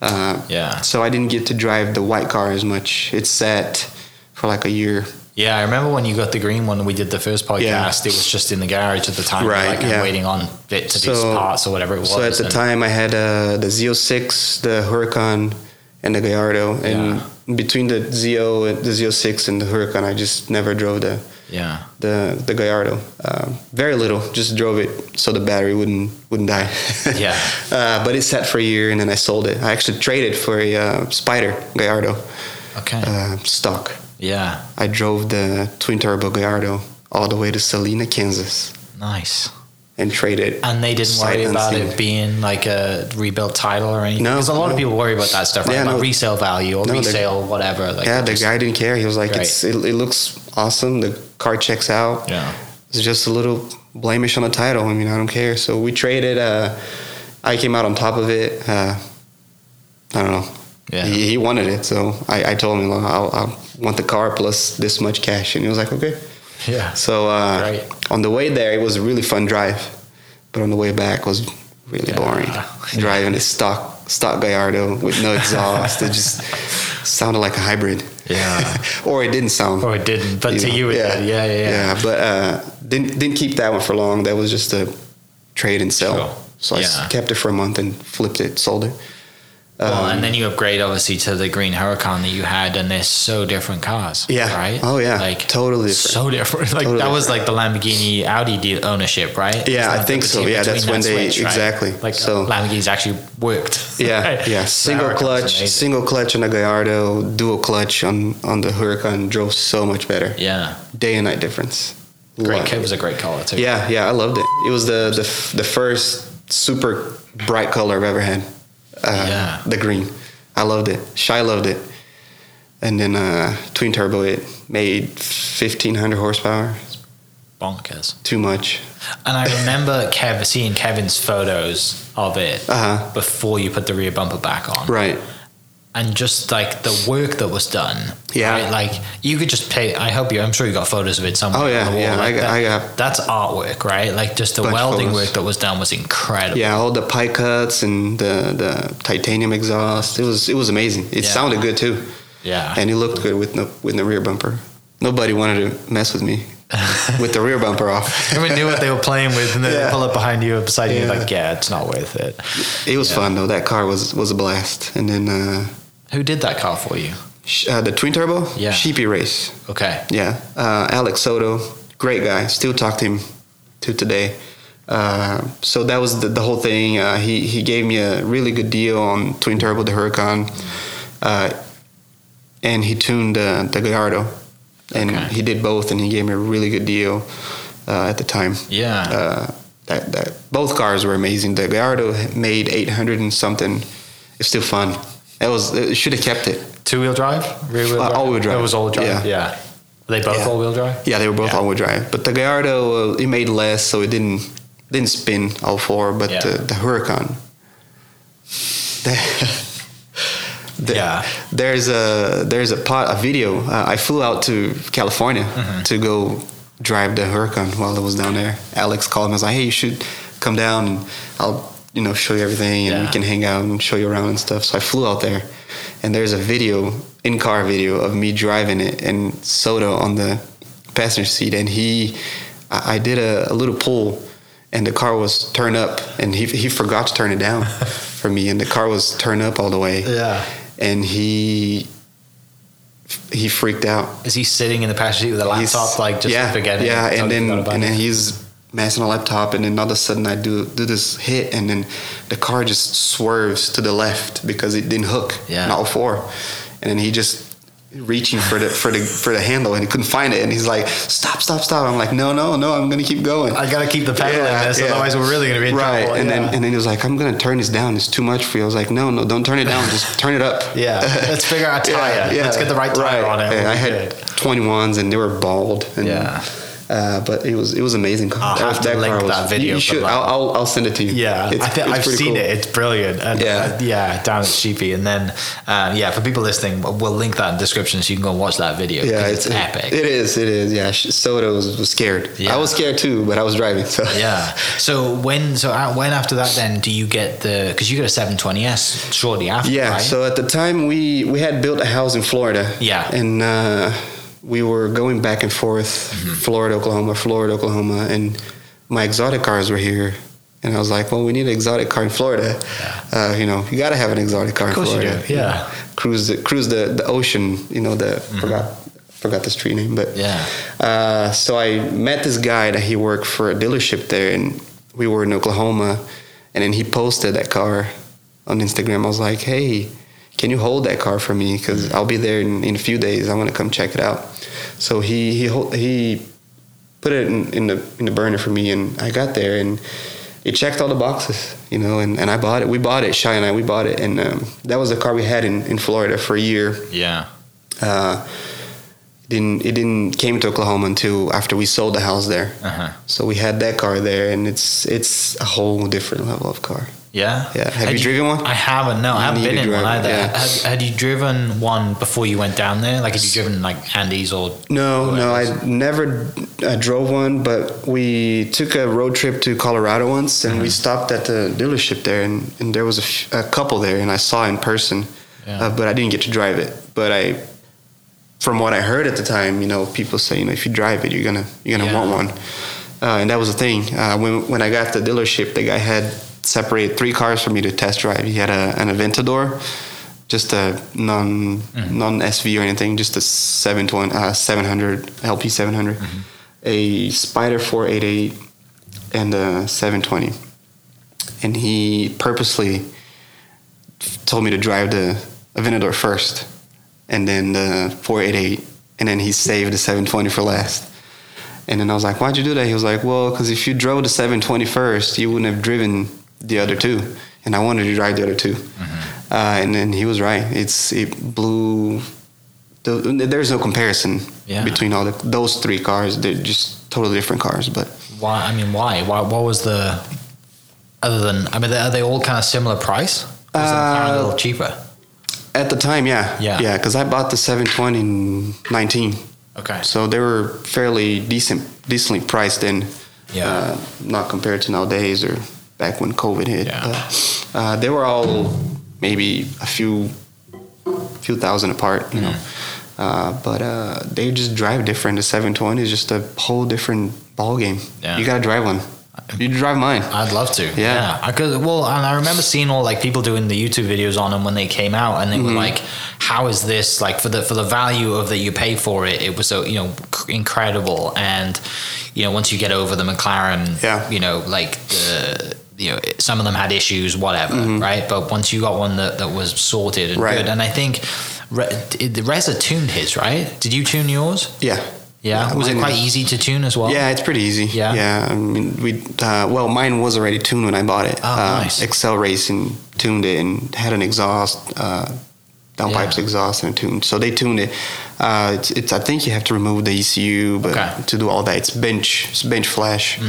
Speaker 2: Uh,
Speaker 1: Yeah.
Speaker 2: So I didn't get to drive the white car as much. It sat for like a year.
Speaker 1: Yeah, I remember when you got the green one. and We did the first podcast.
Speaker 2: Yeah.
Speaker 1: It was just in the garage at the time.
Speaker 2: Right,
Speaker 1: Like, I'm
Speaker 2: yeah.
Speaker 1: waiting on it to these parts or whatever it was.
Speaker 2: So at the
Speaker 1: and-
Speaker 2: time, I had uh, the Z06, the Huracan, and the Gallardo, and between the Z0, and- the Z06, and the Huracan, I just never drove the
Speaker 1: Yeah.
Speaker 2: the the Gallardo. Um, very little, just drove it so the battery wouldn't wouldn't die.
Speaker 1: Yeah.
Speaker 2: uh, but it sat for a year, and then I sold it. I actually traded for a uh, Spider Gallardo
Speaker 1: Okay.
Speaker 2: uh, stock.
Speaker 1: yeah.
Speaker 2: I drove the twin turbo Gallardo all the way to Salina, Kansas,
Speaker 1: Nice.
Speaker 2: and traded.
Speaker 1: And they didn't worry
Speaker 2: sight
Speaker 1: about
Speaker 2: unseen.
Speaker 1: it being like a rebuilt title or anything.
Speaker 2: No,
Speaker 1: Because a lot of
Speaker 2: no.
Speaker 1: people worry about that stuff, right?
Speaker 2: Yeah,
Speaker 1: about
Speaker 2: no.
Speaker 1: resale value or
Speaker 2: No, they-
Speaker 1: resale whatever. Like
Speaker 2: Yeah,
Speaker 1: it
Speaker 2: the
Speaker 1: just-
Speaker 2: guy didn't care. He was like,
Speaker 1: Right.
Speaker 2: "It's it, it looks awesome. The car checks out.
Speaker 1: Yeah.
Speaker 2: It's just a little blemish on the title. I mean, I don't care. So we traded. Uh, I came out on top of it. Uh, I don't know.
Speaker 1: Yeah.
Speaker 2: He, he wanted it, so I, I told him, "Look, I'll, I'll want the car plus this much cash," and he was like, "Okay."
Speaker 1: Yeah.
Speaker 2: So uh,
Speaker 1: Right.
Speaker 2: on the way there, it was a really fun drive, but on the way back was really boring. Driving a stock stock Gallardo with no exhaust. it just sounded like a hybrid.
Speaker 1: Yeah.
Speaker 2: or it didn't sound.
Speaker 1: Or it didn't, but to you it did. Yeah, yeah, yeah.
Speaker 2: But uh, didn't didn't keep that one for long. That was just a trade and sell.
Speaker 1: Sure.
Speaker 2: So I s-
Speaker 1: Yeah.
Speaker 2: kept it for a month and flipped it, sold it. Uh,
Speaker 1: well,
Speaker 2: Um,
Speaker 1: and then you upgrade obviously to the green Huracan that you had, and they're so different cars.
Speaker 2: Yeah.
Speaker 1: Right.
Speaker 2: Oh, yeah.
Speaker 1: Like
Speaker 2: Totally different.
Speaker 1: So different. Like
Speaker 2: Totally
Speaker 1: that was like the Lamborghini Audi deal ownership, right?
Speaker 2: Yeah,
Speaker 1: It's
Speaker 2: I
Speaker 1: not
Speaker 2: think
Speaker 1: the-
Speaker 2: so. Yeah,
Speaker 1: between
Speaker 2: that's
Speaker 1: that
Speaker 2: when they-
Speaker 1: switch, right?
Speaker 2: exactly.
Speaker 1: Like
Speaker 2: So-
Speaker 1: Lamborghini's actually worked.
Speaker 2: Yeah,
Speaker 1: Right?
Speaker 2: yeah.
Speaker 1: The
Speaker 2: Single
Speaker 1: Huracan's
Speaker 2: clutch,
Speaker 1: amazing.
Speaker 2: single clutch on the Gallardo, dual clutch on on the Huracan drove so much better.
Speaker 1: Yeah.
Speaker 2: Day and night difference.
Speaker 1: Great.
Speaker 2: Love
Speaker 1: It
Speaker 2: it.
Speaker 1: was a great color too.
Speaker 2: Yeah, yeah, I loved it. It was the the, f- the first super bright color I've ever had. Uh,
Speaker 1: Yeah.
Speaker 2: The green, I loved it. Shy loved it. And then uh, twin turbo, it made fifteen hundred horsepower.
Speaker 1: Bonkers.
Speaker 2: Too much.
Speaker 1: And I remember Kev, seeing Kevin's photos of it
Speaker 2: Uh-huh.
Speaker 1: before you put the rear bumper back on.
Speaker 2: Right.
Speaker 1: And just like the work that was done.
Speaker 2: Yeah.
Speaker 1: right? Like you could just pay. I hope you, I'm sure you got photos of it somewhere.
Speaker 2: Oh, yeah,
Speaker 1: On the wall.
Speaker 2: yeah, I
Speaker 1: Like
Speaker 2: got-
Speaker 1: that-
Speaker 2: I got-
Speaker 1: That's artwork, right? Like just the
Speaker 2: Bunch of
Speaker 1: welding
Speaker 2: photos.
Speaker 1: work that was done was incredible.
Speaker 2: Yeah, all the pie cuts and the, the titanium exhaust. It was it was amazing. It
Speaker 1: Yeah.
Speaker 2: sounded good too,
Speaker 1: Yeah.
Speaker 2: and it looked good with no with the rear bumper. Nobody wanted to mess with me with the rear bumper off.
Speaker 1: Everyone knew what they were playing with, and then
Speaker 2: Yeah.
Speaker 1: they pull up behind you, beside you,
Speaker 2: Yeah.
Speaker 1: like, yeah, it's not worth it.
Speaker 2: It was fun though. That car was was a blast. And then uh,
Speaker 1: Who did that car for you?
Speaker 2: sh- uh, the twin turbo,
Speaker 1: Yeah.
Speaker 2: Sheepy Race.
Speaker 1: Okay.
Speaker 2: Yeah, uh, Alex Soto, great guy. Still talk to him to today. Uh, so that was the, the whole thing. Uh, he he gave me a really good deal on twin turbo the Huracan, uh, and he tuned uh, the Gallardo, and
Speaker 1: Okay.
Speaker 2: he did both, and he gave me a really good deal uh, at the time.
Speaker 1: Yeah.
Speaker 2: Uh, that, that both cars were amazing. The Gallardo made 800 and something. It's still fun. It was. It should have kept it.
Speaker 1: Two wheel drive, rear wheel
Speaker 2: Uh,
Speaker 1: drive,
Speaker 2: all-wheel drive.
Speaker 1: It was all wheel drive.
Speaker 2: Yeah.
Speaker 1: Yeah. Were they both
Speaker 2: Yeah.
Speaker 1: all wheel drive.
Speaker 2: Yeah, they were both
Speaker 1: Yeah.
Speaker 2: all-wheel drive, but the Gallardo uh, it made less, so it didn't didn't spin all four. But
Speaker 1: Yeah.
Speaker 2: the, the Huracan, the, the-
Speaker 1: Yeah.
Speaker 2: there's a there's a pot a video. Uh, I flew out to California
Speaker 1: Mm-hmm.
Speaker 2: to go drive the Huracan while I was down there. Alex called me. I was like, "Hey, you should come down, and I'll you know show you everything, and we
Speaker 1: Yeah.
Speaker 2: can hang out and show you around and stuff." So I flew out there, and there's a video in car video of me driving it and Soda on the passenger seat, and he, I, I did a, a little pull. And the car was turned up, and he, he forgot to turn it down for me. And the car was turned up all the way
Speaker 1: Yeah.
Speaker 2: and he he freaked out.
Speaker 1: Is he sitting in the passenger seat with a laptop, like just
Speaker 2: yeah,
Speaker 1: forgetting?
Speaker 2: Yeah,
Speaker 1: totally
Speaker 2: and then
Speaker 1: forgot about
Speaker 2: and
Speaker 1: it?
Speaker 2: then he's messing on the laptop, and then all of a sudden I do do this hit, and then the car just swerves to the left because it didn't hook.
Speaker 1: Yeah.
Speaker 2: on all four, and then he just reaching for the for the for the handle and he couldn't find it and he's like stop stop stop i'm like no no no i'm gonna keep going
Speaker 1: I gotta keep the pedal in this, otherwise we're really gonna be in
Speaker 2: right.
Speaker 1: trouble.
Speaker 2: And
Speaker 1: yeah.
Speaker 2: then and then he was like, I'm gonna turn this down. It's too much for you. I was like, No, no, don't turn it down. Just turn it up.
Speaker 1: Yeah. Let's figure out a tire. Let's get the right tire on it.
Speaker 2: Yeah,
Speaker 1: We'll
Speaker 2: I
Speaker 1: be
Speaker 2: had
Speaker 1: good.
Speaker 2: 21s and they were bald. And,
Speaker 1: Yeah.
Speaker 2: Uh, but it was it was amazing. car.
Speaker 1: I'll have to link
Speaker 2: car
Speaker 1: that video
Speaker 2: You
Speaker 1: for
Speaker 2: should.
Speaker 1: that.
Speaker 2: I'll, I'll I'll send it to you.
Speaker 1: Yeah,
Speaker 2: It's-
Speaker 1: I think
Speaker 2: it's
Speaker 1: I've
Speaker 2: pretty
Speaker 1: seen
Speaker 2: cool.
Speaker 1: it. It's brilliant. And
Speaker 2: Yeah.
Speaker 1: yeah, yeah, down at Sheepy, and then um, yeah, for people listening, we'll link that in the description so you can go and watch that video.
Speaker 2: Yeah,
Speaker 1: Yeah, it's, epic.
Speaker 2: It is. It is. Yeah. Sh- Soda was, was scared.
Speaker 1: Yeah.
Speaker 2: I was scared too, but I was driving. So
Speaker 1: yeah. So when so uh, when after that then do you get the because you got a 720s shortly after?
Speaker 2: Yeah.
Speaker 1: right?
Speaker 2: So at the time we we had built a house in Florida.
Speaker 1: Yeah.
Speaker 2: And uh, we were going back and forth,
Speaker 1: Mm-hmm.
Speaker 2: Florida, Oklahoma, Florida, Oklahoma, and my exotic cars were here. And I was like, well, we need an exotic car in Florida. Uh, you know, you got to have an exotic car in
Speaker 1: course you
Speaker 2: Florida.
Speaker 1: do, yeah. Mm-hmm.
Speaker 2: Cruise the cruise the, the ocean. You know the forgot forgot the street name, but
Speaker 1: Yeah.
Speaker 2: uh, so I met this guy that he worked for a dealership there, and we were in Oklahoma, and then he posted that car on Instagram. I was like, "Hey, can you hold that car for me? Because I'll be there in, in a few days. I want to come check it out." So he he hol- he put it in, in the in the burner for me, and I got there, and it checked all the boxes, you know, and, and I bought it. We bought it, Shy and I. We bought it, and um, that was the car we had in, in Florida for a year
Speaker 1: yeah.
Speaker 2: uh, didn't it didn't came to Oklahoma until after we sold the house there.
Speaker 1: Uh-huh.
Speaker 2: So we had that car there, and it's it's a whole different level of car.
Speaker 1: Yeah.
Speaker 2: Yeah. Have you driven one?
Speaker 1: I haven't. No, I haven't been
Speaker 2: need to
Speaker 1: in one
Speaker 2: drive
Speaker 1: either.
Speaker 2: it, yeah.
Speaker 1: Had, had you driven one before you went down there? Like, had you driven like Andy's or?
Speaker 2: No,
Speaker 1: or
Speaker 2: no,
Speaker 1: whatever?
Speaker 2: I never uh, drove one, but we took a road trip to Colorado once, and we stopped at the dealership there, and, and there was a, f- a couple there, and I saw in person,
Speaker 1: Yeah.
Speaker 2: uh, but I didn't get to drive it. But I, from what I heard at the time, you know, people say, you know, if you drive it, you're gonna you're gonna
Speaker 1: Yeah.
Speaker 2: want one, uh, and that was the thing. Uh, when when I got to the dealership, the guy had separated three cars for me to test drive. He had a, an Aventador. Just a non non SV or anything, just a seven twenty uh, seven hundred LP seven a Spider four eight eight, and a seven twenty, and he purposely told me to drive the Aventador first, and then the 488, and then he saved the 720 for last. And then I was like, "Why'd you do that?" He was like, "Well, because if you drove the 720 first, you wouldn't have driven the other two, and I wanted to drive the other 2
Speaker 1: Mm-hmm.
Speaker 2: Uh, and then he was right. It's it blew. The, there's no comparison
Speaker 1: Yeah.
Speaker 2: between all the, those three cars. They're just totally different cars, but
Speaker 1: Why? I mean, why? Why? What was the? Other than, I mean, are they all kind of similar price? Or Is
Speaker 2: Uh,
Speaker 1: the McLaren a little cheaper?
Speaker 2: At the time, yeah.
Speaker 1: Yeah.
Speaker 2: Yeah, because I bought the 720 in 19.
Speaker 1: Okay.
Speaker 2: So they were fairly decent, decently priced then.
Speaker 1: Yeah.
Speaker 2: Uh, not compared to nowadays or back when COVID hit.
Speaker 1: Yeah.
Speaker 2: But, uh, they were all maybe a few, few thousand apart, you know.
Speaker 1: Mm-hmm.
Speaker 2: Uh, but uh, they just drive different. The 720 is just a whole different ball game.
Speaker 1: Yeah.
Speaker 2: You got to drive one. You drive mine.
Speaker 1: I'd love to.
Speaker 2: Yeah.
Speaker 1: I could. Well, and I remember seeing all like people doing the YouTube videos on them when they came out, and they
Speaker 2: Mm-hmm.
Speaker 1: were like, "How is this like for the for the value of that you pay for it? It was so you know c- incredible." And you know, once you get over the McLaren,
Speaker 2: Yeah.
Speaker 1: you know, like the you know some of them had issues, whatever, right? But once you got one that that was sorted and
Speaker 2: Mm-hmm. Right.
Speaker 1: good, and I think. Re- did- the Reza tuned his, right? Did you tune yours?
Speaker 2: yeah.
Speaker 1: Yeah. was it
Speaker 2: mine
Speaker 1: quite
Speaker 2: is.
Speaker 1: easy to tune as well?
Speaker 2: Yeah, it's pretty easy.
Speaker 1: Yeah?
Speaker 2: yeah. I mean, we uh, well, mine was already tuned when I bought it.
Speaker 1: Oh,
Speaker 2: uh,
Speaker 1: nice.
Speaker 2: Excel Racing tuned it and had an exhaust, uh, downpipes
Speaker 1: Yeah.
Speaker 2: exhaust and tuned. So they tuned it. Uh, it's, it's I think you have to remove the ECU, but
Speaker 1: Okay. Hmm.
Speaker 2: to do all that, it's bench, it's bench flash.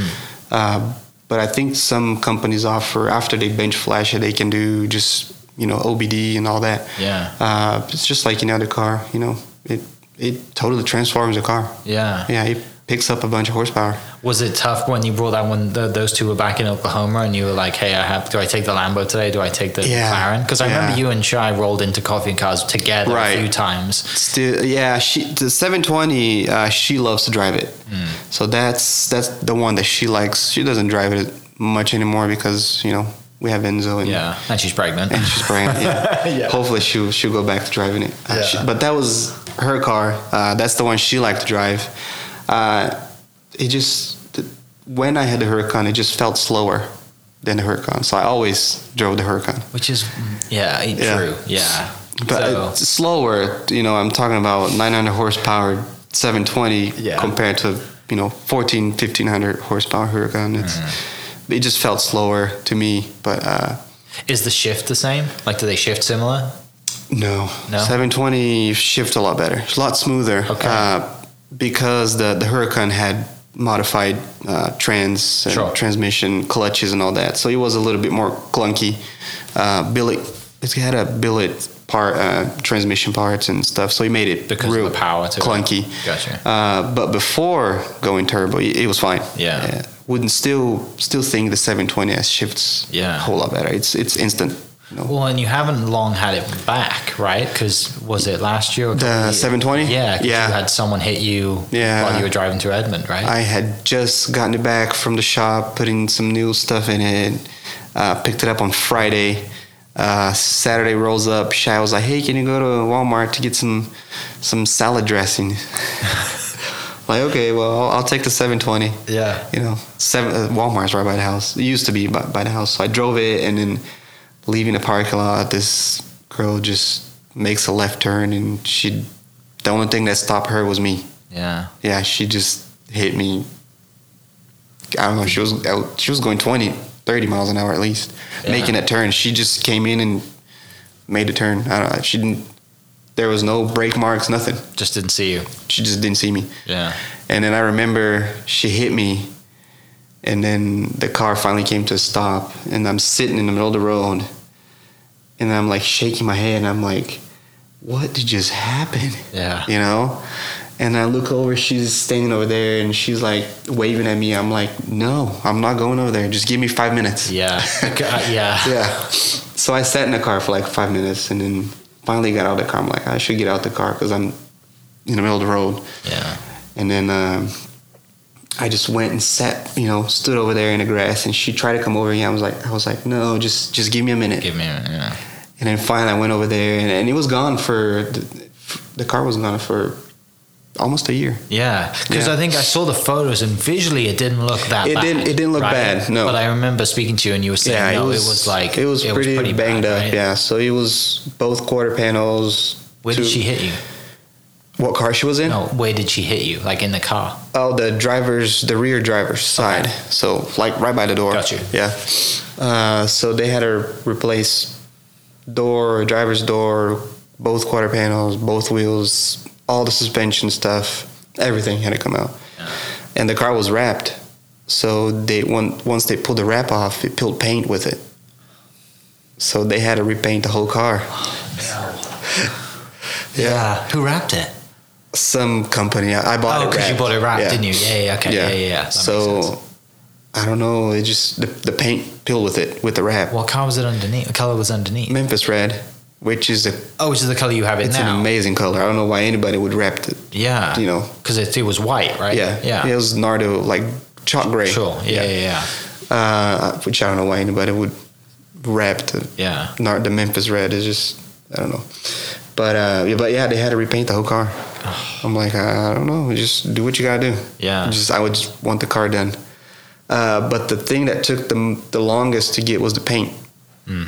Speaker 2: Uh, but I think some companies offer after they bench flash it, they can do just you know OBD and all that.
Speaker 1: Yeah.
Speaker 2: Uh, it's just like any other car, you know. It it totally transforms a car.
Speaker 1: Yeah.
Speaker 2: Yeah, it picks up a bunch of horsepower.
Speaker 1: Was it tough when you brought that one? Th- those two were back in Oklahoma, and you were like, "Hey, I have. Do I take the Lambo today? Do I take the
Speaker 2: Yeah.
Speaker 1: McLaren?" Because I
Speaker 2: Yeah.
Speaker 1: remember you and Shai rolled into coffee and cars together
Speaker 2: Right.
Speaker 1: a few times.
Speaker 2: Still, yeah, she the 720. Uh, she loves to drive it, so that's that's the one that she likes. She doesn't drive it much anymore because you know we have Enzo and
Speaker 1: Yeah, and she's pregnant.
Speaker 2: and she's brand. Yeah.
Speaker 1: Yeah.
Speaker 2: Hopefully she'll she'll go back to driving it. Uh,
Speaker 1: Yeah.
Speaker 2: she- but that was her car. Uh, that's the one she liked to drive. Uh, it just when I had the Huracan, it just felt slower than the Huracan. So I always drove the Huracan.
Speaker 1: Which is, yeah, ain't
Speaker 2: Yeah.
Speaker 1: true. Yeah.
Speaker 2: But
Speaker 1: so,
Speaker 2: it's slower, you know, I'm talking about 900 horsepower 720
Speaker 1: Yeah.
Speaker 2: compared to, you know, 14, 1500 horsepower Huracan. It's,
Speaker 1: Mm.
Speaker 2: It just felt slower to me, but uh,
Speaker 1: is the shift the same? Like, do they shift similar?
Speaker 2: no.
Speaker 1: No?
Speaker 2: 720 shift a lot better. It's a lot smoother.
Speaker 1: Okay.
Speaker 2: Uh, because the, the Huracan had modified uh, trans and
Speaker 1: Sure.
Speaker 2: transmission clutches and all that. So it was a little bit more clunky. Uh, billet, it had a billet part, uh, transmission parts and stuff. So he made it
Speaker 1: Because of
Speaker 2: real
Speaker 1: the power to it.
Speaker 2: clunky.
Speaker 1: Gotcha.
Speaker 2: Uh, but before going turbo, it it was fine.
Speaker 1: Yeah.
Speaker 2: Wouldn't still still think the 720s shifts
Speaker 1: Yeah.
Speaker 2: a whole lot better. It's it's instant. you know.
Speaker 1: Well, and you haven't long had it back, right? Because was it last year? Or
Speaker 2: The 720?
Speaker 1: Yeah, 'cause
Speaker 2: Yeah.
Speaker 1: You had someone hit you
Speaker 2: Yeah.
Speaker 1: while you were driving to Edmond, right?
Speaker 2: I had just gotten it back from the shop, putting some new stuff in it. Uh, picked it up on Friday. Uh, Saturday rolls up. Shai was like, "Hey, can you go to Walmart to get some some salad dressing?" like, okay, well, I'll, I'll take the 720.
Speaker 1: Yeah.
Speaker 2: you know, seven uh, Walmart's right by the house. It used to be by, by the house, so I drove it, and then leaving the parking lot, this girl just makes a left turn, and she. The only thing that stopped her was me
Speaker 1: yeah.
Speaker 2: yeah, she just hit me. I don't know. She was out- she was going 20, 30 miles an hour at least,
Speaker 1: Yeah.
Speaker 2: making that turn. She just came in and made a turn. I don't know. She didn't. There was no brake marks, nothing.
Speaker 1: Just didn't see you.
Speaker 2: She just didn't see me.
Speaker 1: Yeah.
Speaker 2: And then I remember she hit me, And then the car finally came to a stop, and I'm sitting in the middle of the road, and I'm like shaking my head, and I'm like, "What did just happen?"
Speaker 1: Yeah.
Speaker 2: you know. And I look over, she's standing over there, and she's like waving at me. I'm like, "No, I'm not going over there. Just give me five minutes."
Speaker 1: Yeah. God, yeah.
Speaker 2: yeah. So I sat in the car for like five minutes and then finally got out of the car. I'm like, I should get out the car because I'm in the middle of the road.
Speaker 1: Yeah.
Speaker 2: And then um, I just went and sat, you know, stood over there in the grass. And she tried to come over again. I was like, I was like, no, just just give me a minute.
Speaker 1: Give me. a- Yeah.
Speaker 2: And then finally I went over there and, and it was gone for the, the car was gone for almost a year.
Speaker 1: Yeah, because
Speaker 2: Yeah.
Speaker 1: I think I saw the photos and visually it didn't look that.
Speaker 2: It
Speaker 1: bad,
Speaker 2: didn't- it didn't look bad, no.
Speaker 1: but I remember speaking to you and you were saying
Speaker 2: yeah,
Speaker 1: no,
Speaker 2: it, was,
Speaker 1: like
Speaker 2: it was pretty, banged
Speaker 1: bad,
Speaker 2: up.
Speaker 1: right?
Speaker 2: Yeah, so it was both quarter panels.
Speaker 1: Where
Speaker 2: two-
Speaker 1: did she hit you?
Speaker 2: What car she was in?
Speaker 1: No, where did she hit you? Like in the car?
Speaker 2: Oh, the driver's, the rear driver's side. So, like right by the door.
Speaker 1: Got you.
Speaker 2: Yeah. Uh, so they had to replace door, driver's door, both quarter panels, both wheels, all the suspension stuff. Everything had to come out. And the car was wrapped. So they on- once they pulled the wrap off, it peeled paint with it. So they had to repaint the whole car. yeah.
Speaker 1: Who wrapped it?
Speaker 2: Some company. I, I bought
Speaker 1: Oh,
Speaker 2: it.
Speaker 1: because you
Speaker 2: wrapped.
Speaker 1: bought it wrapped,
Speaker 2: Yeah.
Speaker 1: didn't you? Yeah. yeah okay. Yeah. Yeah. yeah. That makes sense.
Speaker 2: So I don't know. It just the, the paint peeled with it with the wrap.
Speaker 1: what car was it underneath? What color was underneath?
Speaker 2: Memphis red, which is a
Speaker 1: Oh, which is the color you have it
Speaker 2: it's
Speaker 1: now?
Speaker 2: an amazing color. I don't know why anybody would wrap it.
Speaker 1: yeah.
Speaker 2: You know.
Speaker 1: because it, it was white, right?
Speaker 2: Yeah.
Speaker 1: Yeah.
Speaker 2: It was Nardo like chalk gray.
Speaker 1: Sure. Yeah. Yeah. Yeah.
Speaker 2: Uh, which I don't know why anybody would wrap the
Speaker 1: Yeah.
Speaker 2: Nar- the Memphis red. It's just I don't know. But uh, yeah, but yeah, they had to repaint the whole car. I'm like, I, I don't know. Just do what you gotta do.
Speaker 1: Yeah.
Speaker 2: Just I would just want the car done. Uh, but the thing that took the the longest to get was the paint. Uh,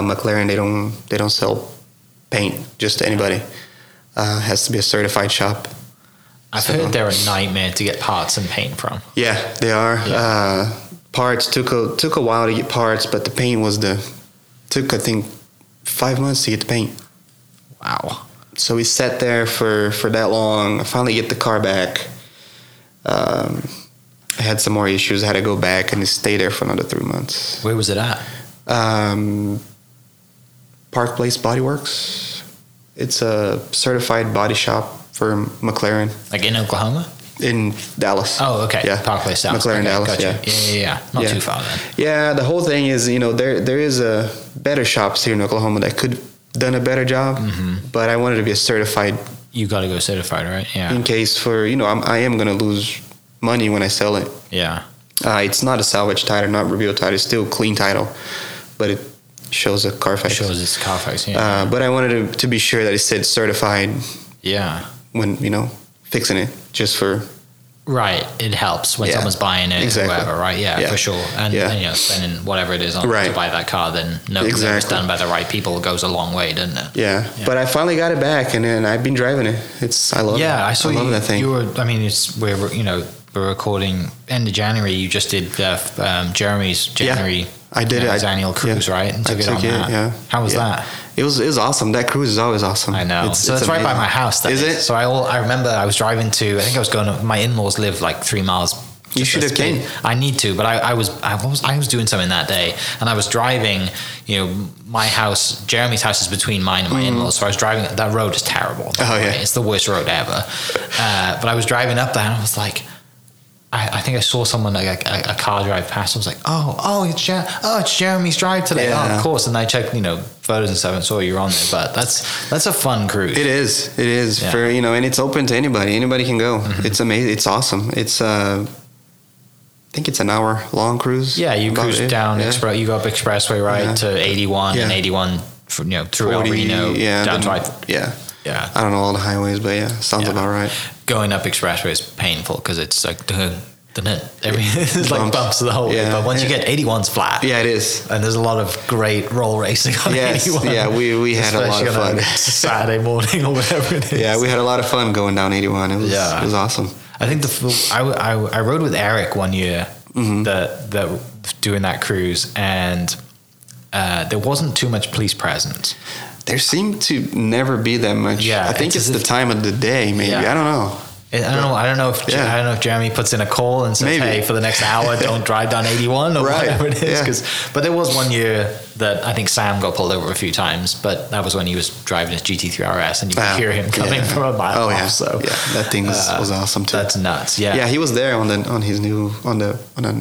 Speaker 2: McLaren they don't they don't sell paint just to anybody. Uh, has to be a certified shop.
Speaker 1: I've
Speaker 2: So-
Speaker 1: heard they're a nightmare to get parts and paint from.
Speaker 2: Yeah, they are. Uh, parts took a took a while to get parts, but the paint was the took I think five months to get the paint.
Speaker 1: Wow.
Speaker 2: so we sat there for for that long. I finally get the car back. Um, I had some more issues. I had to go back and stay there for another three months.
Speaker 1: Where was it at?
Speaker 2: Um, Park Place Body Works. It's a certified body shop for McLaren
Speaker 1: Like in Oklahoma?
Speaker 2: in Dallas.
Speaker 1: Oh, okay.
Speaker 2: Yeah,
Speaker 1: Park Place Dallas.
Speaker 2: McLaren
Speaker 1: okay,
Speaker 2: Dallas.
Speaker 1: gotcha.
Speaker 2: Yeah.
Speaker 1: yeah, yeah, yeah. Not
Speaker 2: Yeah.
Speaker 1: too far then.
Speaker 2: Yeah, the whole thing is, you know, there there is a better shops here in Oklahoma that could done a better job, but I wanted to be a certified
Speaker 1: You got to go certified, right? Yeah,
Speaker 2: in case for you know I'm, I am gonna lose money when I sell it.
Speaker 1: yeah,
Speaker 2: Uh, it's not a salvage title, not reveal title. It's still a clean title, but it shows a Carfax.
Speaker 1: shows it's Carfax. Yeah,
Speaker 2: Uh, but I wanted to, to be sure that it said certified
Speaker 1: yeah.
Speaker 2: when you know fixing it, just for
Speaker 1: Right, it helps when
Speaker 2: Yeah,
Speaker 1: someone's buying it,
Speaker 2: exactly.
Speaker 1: or whatever. Right, yeah,
Speaker 2: Yeah.
Speaker 1: for sure. And,
Speaker 2: Yeah.
Speaker 1: and, you know, spending whatever it is on
Speaker 2: Right.
Speaker 1: to buy that car, then no, that it's
Speaker 2: Exactly.
Speaker 1: done by the right people goes a long way, doesn't it?
Speaker 2: yeah. But I finally got it back, and then I've been driving it. It's I love.
Speaker 1: Yeah,
Speaker 2: it.
Speaker 1: I saw
Speaker 2: love
Speaker 1: you.
Speaker 2: that thing.
Speaker 1: You were. I mean, it's we're you know we're recording end of January. You just did uh, um, Jeremy's January.
Speaker 2: I did
Speaker 1: you know,
Speaker 2: it.
Speaker 1: his
Speaker 2: I-
Speaker 1: annual cruise,
Speaker 2: yeah.
Speaker 1: right? And
Speaker 2: I
Speaker 1: took it
Speaker 2: took
Speaker 1: on
Speaker 2: it,
Speaker 1: that.
Speaker 2: yeah.
Speaker 1: How was
Speaker 2: Yeah.
Speaker 1: that?
Speaker 2: it was it was awesome. That cruise is always awesome.
Speaker 1: I know. so it's, right by
Speaker 2: amazing.
Speaker 1: my house. that
Speaker 2: Is it?
Speaker 1: So I all I remember I was driving to. I think I was going. to My in-laws live like three miles.
Speaker 2: You
Speaker 1: just
Speaker 2: should
Speaker 1: as
Speaker 2: have
Speaker 1: kid.
Speaker 2: came.
Speaker 1: I need to, but I, I was I was I was doing something that day, and I was driving. You know, my house, Jeremy's house is between mine and my in-laws, so I was driving. That road is terrible. by the
Speaker 2: Mm. Oh, yeah.
Speaker 1: way. it's the worst road ever. Uh, but I was driving up there, and I was like. I, I think I saw someone like a, a, a car drive past. I was like, "Oh, oh, it's Jer- oh, it's Jeremy's drive today." Oh,
Speaker 2: Yeah.
Speaker 1: of course. And I checked, you know, photos and stuff, and saw you were on there. But that's that's a fun cruise.
Speaker 2: It is. It is
Speaker 1: Yeah. Mm-hmm.
Speaker 2: for you know, and it's open to anybody. Anybody can go. It's amazing. It's awesome. It's uh, I think it's an hour long cruise.
Speaker 1: Yeah, you
Speaker 2: About
Speaker 1: cruise
Speaker 2: it.
Speaker 1: down
Speaker 2: Yeah.
Speaker 1: express. You go up expressway right
Speaker 2: Yeah.
Speaker 1: to eighty one and
Speaker 2: Yeah.
Speaker 1: eighty one, you know, through El
Speaker 2: 40,
Speaker 1: Reno
Speaker 2: yeah,
Speaker 1: down to
Speaker 2: then-
Speaker 1: I-
Speaker 2: yeah.
Speaker 1: yeah.
Speaker 2: I don't know all the highways, but yeah, sounds
Speaker 1: Yeah.
Speaker 2: about right.
Speaker 1: Going up expressway is painful because it's like dun, dun, dun, every it's like
Speaker 2: Bumps.
Speaker 1: bumps the whole way.
Speaker 2: Yeah.
Speaker 1: But once you get eighty one's flat,
Speaker 2: Yeah, it is.
Speaker 1: And there's a lot of great roll racing on
Speaker 2: Yes,
Speaker 1: 81.
Speaker 2: yeah, we- we had a lot
Speaker 1: especially
Speaker 2: of
Speaker 1: on a
Speaker 2: fun.
Speaker 1: Saturday morning or whatever it is.
Speaker 2: Yeah, we had a lot of fun going down 81. It was
Speaker 1: Yeah.
Speaker 2: it was awesome.
Speaker 1: I think the f- I, I, I rode with Eric one year
Speaker 2: Mm-hmm.
Speaker 1: that that doing that cruise and uh, there wasn't too much police presence.
Speaker 2: There seemed to never be that much.
Speaker 1: Yeah,
Speaker 2: I think
Speaker 1: it's
Speaker 2: it's,
Speaker 1: as
Speaker 2: the time of the day, maybe.
Speaker 1: Yeah.
Speaker 2: I don't know.
Speaker 1: I don't know. I don't know if
Speaker 2: Yeah.
Speaker 1: I don't know if Jeremy puts in a call and says,
Speaker 2: Maybe.
Speaker 1: "Hey, for the next hour, don't drive down 81 or
Speaker 2: Right,
Speaker 1: whatever it is."
Speaker 2: yeah.
Speaker 1: 'cause- but there was one year that I think Sam got pulled over a few times, but that was when he was driving his GT3 RS, and you could
Speaker 2: Ah,
Speaker 1: hear him coming
Speaker 2: yeah.
Speaker 1: from a mile
Speaker 2: Oh
Speaker 1: off.
Speaker 2: yeah,
Speaker 1: So uh,
Speaker 2: yeah, that thing was- was awesome too.
Speaker 1: that's nuts. Yeah,
Speaker 2: yeah, he was there on the on his new on the on the.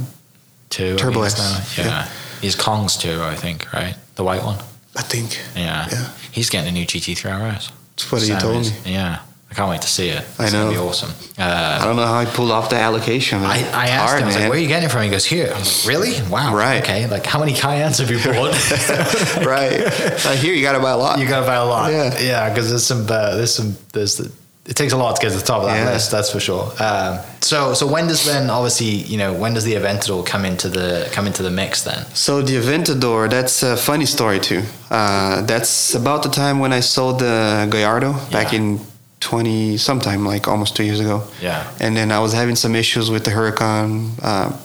Speaker 1: two I
Speaker 2: Turbo
Speaker 1: think it's
Speaker 2: S,
Speaker 1: now. Yeah.
Speaker 2: yeah.
Speaker 1: he's Kong's too, I think. Right, the white one.
Speaker 2: I think.
Speaker 1: Yeah,
Speaker 2: Yeah.
Speaker 1: he's getting a new GT3 RS.
Speaker 2: That's what he
Speaker 1: Sam
Speaker 2: told
Speaker 1: is.
Speaker 2: me.
Speaker 1: Yeah, I can't wait to see it. It's
Speaker 2: I
Speaker 1: gonna
Speaker 2: know.
Speaker 1: be awesome. Uh,
Speaker 2: I don't know how he pulled off the allocation. man.
Speaker 1: I,
Speaker 2: It's
Speaker 1: I asked
Speaker 2: hard,
Speaker 1: him, I was like,
Speaker 2: man.
Speaker 1: where are you getting it from? He goes, here. I was like, really? Wow.
Speaker 2: Right.
Speaker 1: Okay. Like, how many Cayennes have you bought?
Speaker 2: right. I hear you got to buy a lot.
Speaker 1: you got to buy a lot.
Speaker 2: Yeah.
Speaker 1: Yeah. Because there's some, uh, there's some, there's, the, it takes a lot to get to the top of that
Speaker 2: Yeah.
Speaker 1: list. That's for sure. Um, so, so when does then obviously, you know, when does the Aventador come into the, come into the mix then?
Speaker 2: So the Aventador, that's a funny story too. Uh, that's about the time when I sold the Gallardo back
Speaker 1: Yeah.
Speaker 2: in 20, sometime like almost two years ago.
Speaker 1: Yeah.
Speaker 2: And then I was having some issues with the Huracan, uh,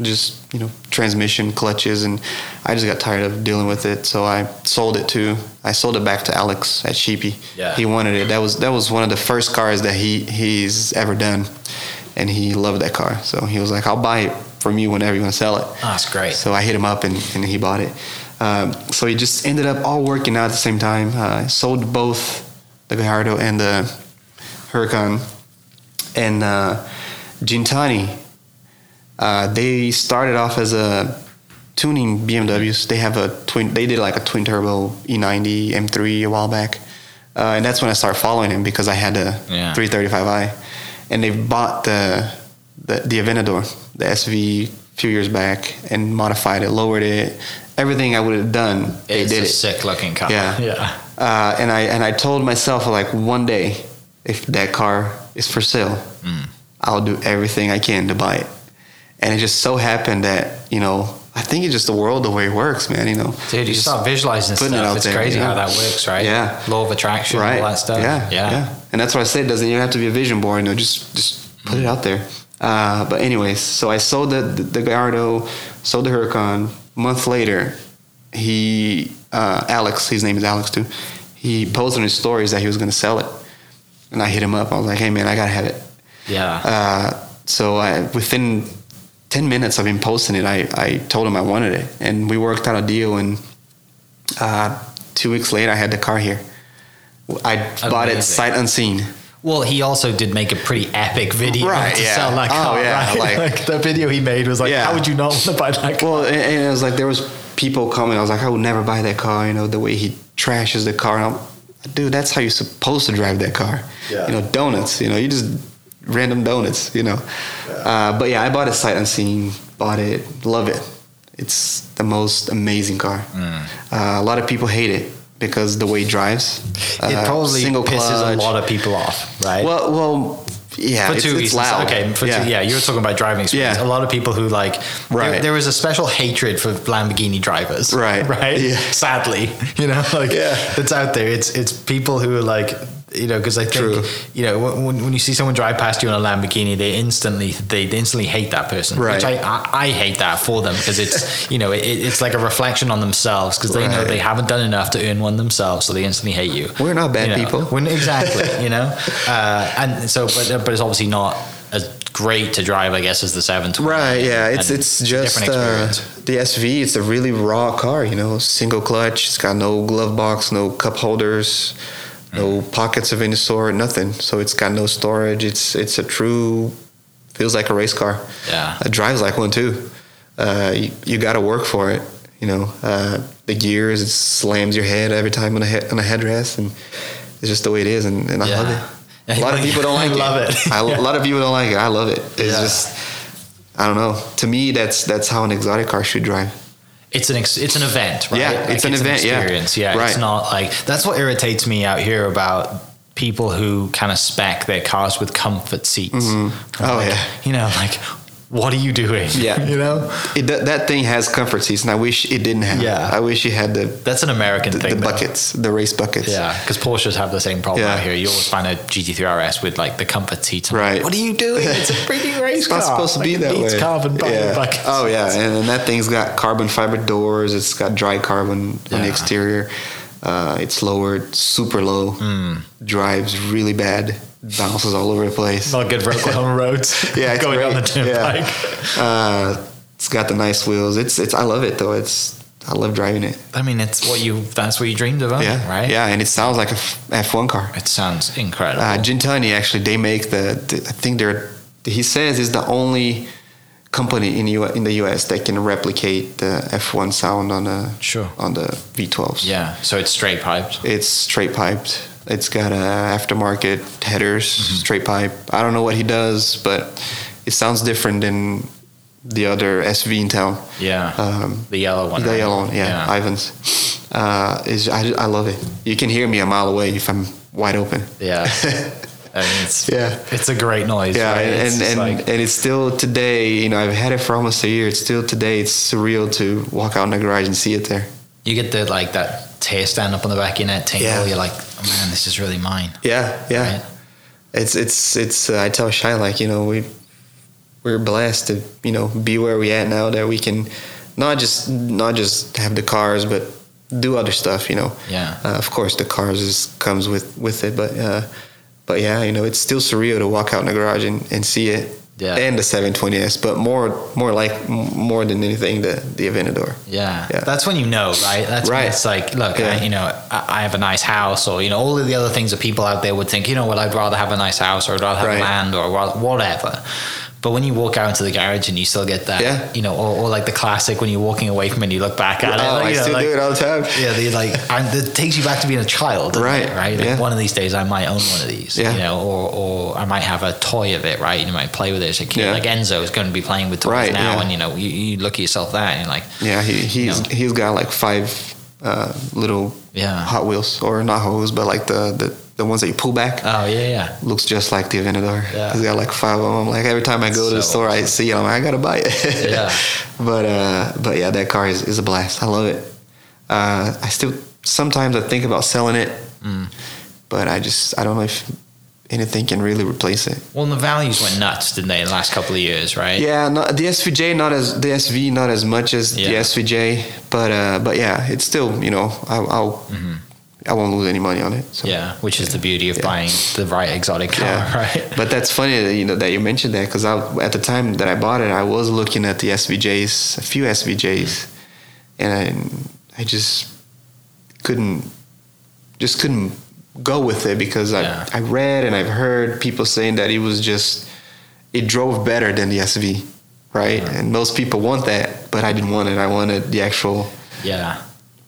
Speaker 2: just you know transmission clutches, and I just got tired of dealing with it. So I sold it to, I sold it back to Alex at Sheepy.
Speaker 1: Yeah.
Speaker 2: He wanted it. That was that was one of the first cars that he he's ever done, and he loved that car. So he was like, I'll buy it from you whenever you want to sell it.
Speaker 1: Oh, that's great.
Speaker 2: So I hit him up and, and he bought it. Um, so it just ended up all working out at the same time. Uh, sold both the Gallardo and the Huracan. And uh, Gintani, uh, they started off as a tuning BMWs. They have a twin. They did like a twin turbo E E90 M3 a while back, uh, and that's when I started following him because I had a
Speaker 1: Yeah.
Speaker 2: 335i, and they bought the the, the Aventador, the SV, a few years back, and modified it, lowered it, everything I would have done. They
Speaker 1: it's
Speaker 2: did
Speaker 1: a
Speaker 2: it.
Speaker 1: sick looking car.
Speaker 2: Yeah.
Speaker 1: Yeah.
Speaker 2: Uh, and I and I told myself like one day, if that car is for sale, I'll do everything I can to buy it. And it just so happened that you know I think it's just the world the way it works, man. You know,
Speaker 1: Dude, you
Speaker 2: Just-
Speaker 1: start visualizing
Speaker 2: putting it
Speaker 1: stuff.
Speaker 2: out
Speaker 1: it's
Speaker 2: there,
Speaker 1: crazy
Speaker 2: yeah.
Speaker 1: how that works, right?
Speaker 2: Yeah.
Speaker 1: Law of attraction,
Speaker 2: right?
Speaker 1: all that stuff.
Speaker 2: Yeah, yeah, And that's why I say it doesn't even have to be a vision board. You know, just just put it out there. Uh, but anyways, so I sold the the, the Gallardo, sold the Huracan. Month later, he uh, Alex, his name is Alex too. He posted in his stories that he was going to sell it, and I hit him up. I was like, "Hey man, I gotta have it."
Speaker 1: Yeah.
Speaker 2: Uh, so I, within 10 minutes of him posting it, I, I told him I wanted it. And we worked out a deal. And uh, two weeks later, I had the car here. I bought it
Speaker 1: Amazing.
Speaker 2: sight unseen.
Speaker 1: Well, he also did make a pretty epic video
Speaker 2: Right,
Speaker 1: to
Speaker 2: yeah.
Speaker 1: sell that
Speaker 2: Oh,
Speaker 1: car.
Speaker 2: yeah,
Speaker 1: right?
Speaker 2: like-
Speaker 1: the video he made was like,
Speaker 2: Yeah.
Speaker 1: how would you not want to buy that car?
Speaker 2: Well, and, and it was like there was people coming. I was like, I would never buy that car. You know, the way he trashes the car. And I'm, Dude, that's how you're supposed to drive that car.
Speaker 4: Yeah.
Speaker 2: You know, donuts. You know, you just random donuts. You know. Uh, but yeah, I bought it sight unseen. Bought it. Love it. It's the most amazing car.
Speaker 1: Mm.
Speaker 2: Uh, a lot of people hate it because the way it drives.
Speaker 1: it
Speaker 2: Uh,
Speaker 1: probably
Speaker 2: single
Speaker 1: pisses
Speaker 2: clutch.
Speaker 1: a lot of people off, right?
Speaker 2: Well, well, yeah.
Speaker 1: for
Speaker 2: it's,
Speaker 1: two
Speaker 2: it's
Speaker 1: reasons.
Speaker 2: loud.
Speaker 1: Okay, for yeah. two, yeah, you were talking about driving experience.
Speaker 2: Yeah.
Speaker 1: A lot of people who like, there- There,
Speaker 2: Right.
Speaker 1: was a special hatred for Lamborghini drivers,
Speaker 2: Right.
Speaker 1: Right.
Speaker 2: Yeah.
Speaker 1: Sadly, you know, like
Speaker 2: Yeah.
Speaker 1: it's out there. It's it's people who are like. You know, because I think
Speaker 2: True.
Speaker 1: you know when- when, when you see someone drive past you on a Lamborghini, they instantly they instantly hate that person. Which
Speaker 2: Right.
Speaker 1: I, I, I hate that for them because it's you know it, it's like a reflection on themselves because they know
Speaker 2: Right.
Speaker 1: they haven't done enough to earn one themselves, so they instantly hate you.
Speaker 2: We're not
Speaker 1: You
Speaker 2: bad
Speaker 1: know,
Speaker 2: people.
Speaker 1: we're n- exactly, you know, uh, and so but but it's obviously not as great to drive, I guess, as the seven twenty.
Speaker 2: Right, yeah, it's
Speaker 1: and
Speaker 2: it's
Speaker 1: a
Speaker 2: just
Speaker 1: different
Speaker 2: uh,
Speaker 1: experience.
Speaker 2: the SV. It's a really raw car, you know, single clutch. It's got no glove box, no cup holders, no
Speaker 1: Mm.
Speaker 2: pockets of any sort, nothing. So it's got no storage. It's it's a true feels like a race car.
Speaker 1: Yeah.
Speaker 2: it drives like one too. Uh, you you got to work for it, you know. Uh, the gears it slams your head every time on a head, on a headrest, and it's just the way it is, and, and I
Speaker 1: Yeah.
Speaker 2: love it. A lot of people don't
Speaker 1: I
Speaker 2: like
Speaker 1: love
Speaker 2: it.
Speaker 1: it.
Speaker 2: I, a lot of people don't like it. I love it. It's
Speaker 1: Yeah.
Speaker 2: just I don't know. To me, that's that's how an exotic car should drive.
Speaker 1: it's an ex- it's an event, right?
Speaker 2: Yeah,
Speaker 1: Like,
Speaker 2: it's an event, yeah.
Speaker 1: experience. Yeah, it's
Speaker 2: Right.
Speaker 1: not like that's what irritates me out here about people who kind of spec their cars with comfort seats. I'm
Speaker 2: Oh,
Speaker 1: Mm-hmm. like,
Speaker 2: yeah.
Speaker 1: you know, like what are you doing?
Speaker 2: Yeah.
Speaker 1: you know,
Speaker 2: It, that, that thing has comfort seats, and I wish it didn't have.
Speaker 1: Yeah.
Speaker 2: I wish it had the
Speaker 1: that's an American
Speaker 2: the,
Speaker 1: thing. though.
Speaker 2: buckets, the race buckets.
Speaker 1: Yeah, because Porsches have the same problem
Speaker 2: Yeah.
Speaker 1: out here. You always find a GT3 RS with like the comfort seats. I'm
Speaker 2: Right.
Speaker 1: Like, what are you doing? It's a freaking race
Speaker 2: It's
Speaker 1: car.
Speaker 2: not supposed to
Speaker 1: Like,
Speaker 2: be
Speaker 1: it
Speaker 2: that
Speaker 1: needs
Speaker 2: way.
Speaker 1: carbon fiber
Speaker 2: yeah.
Speaker 1: buckets.
Speaker 2: Oh yeah, and, and that thing's got carbon fiber doors. It's got dry carbon on
Speaker 1: Yeah.
Speaker 2: the exterior. Uh, it's lowered super low, mm. drives really bad, bounces all over the place.
Speaker 1: Not good for Oklahoma roads.
Speaker 2: yeah, it's
Speaker 1: going on
Speaker 2: great.
Speaker 1: the turnpike.
Speaker 2: Yeah. Uh, it's got the nice wheels. It's it's. I love it though. It's I love driving it.
Speaker 1: I mean, it's what you that's what you dreamed about,
Speaker 2: Yeah,
Speaker 1: Oh, right?
Speaker 2: Yeah, and it sounds like a f- F1 car.
Speaker 1: It sounds incredible.
Speaker 2: Uh, Gintani actually, they make the, the. I think they're. He says is the only company in U in the U.S. that can replicate the F1 sound on the
Speaker 1: Sure.
Speaker 2: on the V12s.
Speaker 1: yeah, so it's straight piped.
Speaker 2: It's straight piped. It's got uh, aftermarket headers,
Speaker 1: Mm-hmm.
Speaker 2: straight pipe. I don't know what he does, but it sounds different than the other SV in town.
Speaker 1: Yeah,
Speaker 2: Um,
Speaker 1: the yellow one.
Speaker 2: the
Speaker 1: right?
Speaker 2: yellow one, yeah, Ivan's. Uh, is I, I love it. You can hear me a mile away if I'm wide open.
Speaker 1: Yeah. I mean, it's,
Speaker 2: Yeah.
Speaker 1: it's a great noise.
Speaker 2: Yeah,
Speaker 1: right? It's
Speaker 2: and
Speaker 1: just
Speaker 2: and,
Speaker 1: like-
Speaker 2: and it's still today. You know, I've had it for almost a year. It's still today. It's surreal to walk out in the garage and see it there.
Speaker 1: you get the like that tear stand up on the back of your neck tingle.
Speaker 2: Yeah.
Speaker 1: You're like, oh, man, this is really mine.
Speaker 2: Yeah, yeah.
Speaker 1: Right.
Speaker 2: It's it's it's. Uh, I tell Shy like you know we we're blessed to you know be where we at now that we can not just not just have the cars but do other stuff. You know.
Speaker 1: Yeah.
Speaker 2: Uh, of course, the cars is, comes with with it, but uh, but yeah, you know, it's still surreal to walk out in the garage and, and see it.
Speaker 1: Yeah.
Speaker 2: And the 720s, but more more like m- more than anything the the Aventador.
Speaker 1: Yeah.
Speaker 2: Yeah.
Speaker 1: that's when you know, right? That's
Speaker 2: Right.
Speaker 1: when it's like, look,
Speaker 2: Yeah.
Speaker 1: I, you know, I, I have a nice house, or you know, all of the other things that people out there would think, you know, what, I'd rather have a nice house, or I'd rather have
Speaker 2: Right.
Speaker 1: land, or wa- whatever. But when you walk out into the garage and you still get that,
Speaker 2: Yeah.
Speaker 1: you know, or, or like the classic when you're walking away from it, and you look back at it,
Speaker 2: Oh,
Speaker 1: like,
Speaker 2: I
Speaker 1: you know,
Speaker 2: still
Speaker 1: like-
Speaker 2: do it all the time.
Speaker 1: yeah, they like and it takes you back to being a child, doesn't
Speaker 2: Right,
Speaker 1: It, right. Like
Speaker 2: yeah.
Speaker 1: One of these days, I might own one of these.
Speaker 2: Yeah.
Speaker 1: You know, or or I might have a toy of it. Right. You might play with it as a kid.
Speaker 2: Yeah.
Speaker 1: Like Enzo is going to be playing with toys
Speaker 2: Right,
Speaker 1: now,
Speaker 2: yeah.
Speaker 1: and you know, you, you look at yourself that, and you're like,
Speaker 2: Yeah, he, he's
Speaker 1: Yeah.
Speaker 2: he's got like five uh, little
Speaker 1: Yeah.
Speaker 2: Hot Wheels or not Hot Wheels, but like the, the the ones that you pull back
Speaker 1: oh yeah, yeah.
Speaker 2: looks just like the Aventador.
Speaker 1: Yeah.
Speaker 2: He's got like five of them. Like every time I go to the
Speaker 1: So
Speaker 2: store, I see it. I'm like, I gotta buy it.
Speaker 1: Yeah.
Speaker 2: But uh, but yeah, that car is, is a blast. I love it. Uh, I still sometimes I think about selling it,
Speaker 1: Mm.
Speaker 2: but I just I don't know if anything can really replace it.
Speaker 1: Well, the values went nuts, didn't they, in the last couple of years, right?
Speaker 2: Yeah, not, the SVJ not as the SV not as much as the
Speaker 1: Yeah.
Speaker 2: SVJ, but uh, but yeah, it's still you know I, I'll
Speaker 1: Mm-hmm.
Speaker 2: I won't lose any money on it. So.
Speaker 1: Yeah, which is the beauty of buying the right exotic car,
Speaker 2: Yeah.
Speaker 1: right?
Speaker 2: But that's funny that you know that you mentioned that because at the time that I bought it, I was looking at the SVJs, a few SVJs, and I, I just couldn't just couldn't go with it because I
Speaker 1: Yeah.
Speaker 2: I read and I've heard people saying that it was just it drove better than the SV, right? And most people want that, but I didn't want it. I wanted the actual
Speaker 1: Yeah,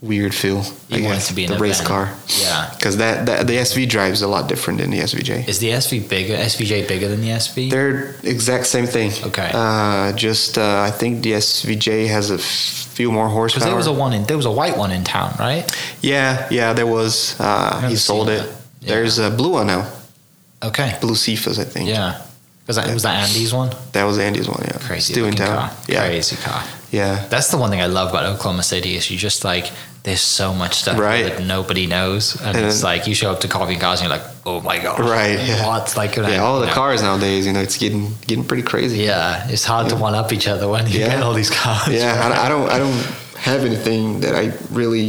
Speaker 2: weird
Speaker 1: You
Speaker 2: feel. I
Speaker 1: want it
Speaker 2: guess,
Speaker 1: to be an
Speaker 2: the race
Speaker 1: event.
Speaker 2: car.
Speaker 1: Yeah.
Speaker 2: because that, that the SV drives a lot different than the SVJ.
Speaker 1: is the SV bigger? SVJ bigger than the SV?
Speaker 2: They're exact same thing.
Speaker 1: Okay.
Speaker 2: Uh, just uh, I think the SVJ has a f- few more
Speaker 1: Because
Speaker 2: horsepower.
Speaker 1: there was a one in there was a white one in town, right?
Speaker 2: yeah, yeah, there was. Uh, he
Speaker 1: haven't
Speaker 2: sold
Speaker 1: seen
Speaker 2: it.
Speaker 1: that. Yeah.
Speaker 2: There's a blue one now,
Speaker 1: Okay.
Speaker 2: blue Cephas, I think.
Speaker 1: Yeah. Was that was that Andy's one?
Speaker 2: that was Andy's one. Yeah,
Speaker 1: Crazy
Speaker 2: Still in
Speaker 1: looking
Speaker 2: town.
Speaker 1: car.
Speaker 2: Yeah,
Speaker 1: Crazy car.
Speaker 2: yeah,
Speaker 1: That's the one thing I love about Oklahoma City is you just like there's so much stuff
Speaker 2: Right.
Speaker 1: that nobody knows, and,
Speaker 2: And
Speaker 1: it's
Speaker 2: then-
Speaker 1: like you show up to coffee and cars and you're like, oh my god,
Speaker 2: Right, yeah.
Speaker 1: What's like
Speaker 2: yeah. All the
Speaker 1: you know,
Speaker 2: cars nowadays, you know, it's getting getting pretty crazy.
Speaker 1: Yeah, it's hard to one up each other when you
Speaker 2: Yeah.
Speaker 1: get all these cars.
Speaker 2: yeah. I don't- I don't. I don't have anything that I really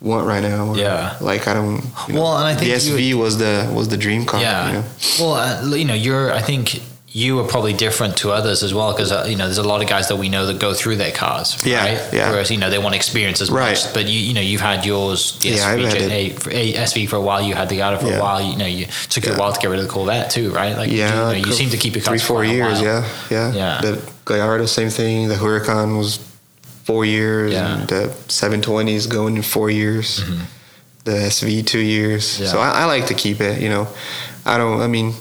Speaker 2: want right now. or,
Speaker 1: Yeah.
Speaker 2: like I don't. you know,
Speaker 1: Well, and I think
Speaker 2: the
Speaker 1: you-
Speaker 2: SV was the was the dream car.
Speaker 1: Yeah.
Speaker 2: you know?
Speaker 1: Well, uh, you know, you're. I think you are probably different to others as well because uh, you know there's a lot of guys that we know that go through their cars.
Speaker 2: Yeah,
Speaker 1: Right?
Speaker 2: yeah.
Speaker 1: Whereas you know they want to experience as
Speaker 2: Right.
Speaker 1: much, but you you know you've had yours. The
Speaker 2: Yeah, I've
Speaker 1: SV,
Speaker 2: had it.
Speaker 1: a, for, a, SV for a while. You had the Yada for
Speaker 2: Yeah.
Speaker 1: a while. You know, you took you
Speaker 2: Yeah.
Speaker 1: a while to get rid of the Corvette too, right? Like you-
Speaker 2: Yeah,
Speaker 1: you, know, you seem to keep your
Speaker 2: three
Speaker 1: cars
Speaker 2: four
Speaker 1: for quite a
Speaker 2: years.
Speaker 1: while.
Speaker 2: Yeah, yeah,
Speaker 1: Yeah.
Speaker 2: The Gallardo, same thing. The Huracan was four years,
Speaker 1: Yeah. Mm-hmm.
Speaker 2: and the seven twenties going in four years. The SV two years. So
Speaker 1: Yeah.
Speaker 2: I, I like to keep it. You know, I don't. I mean,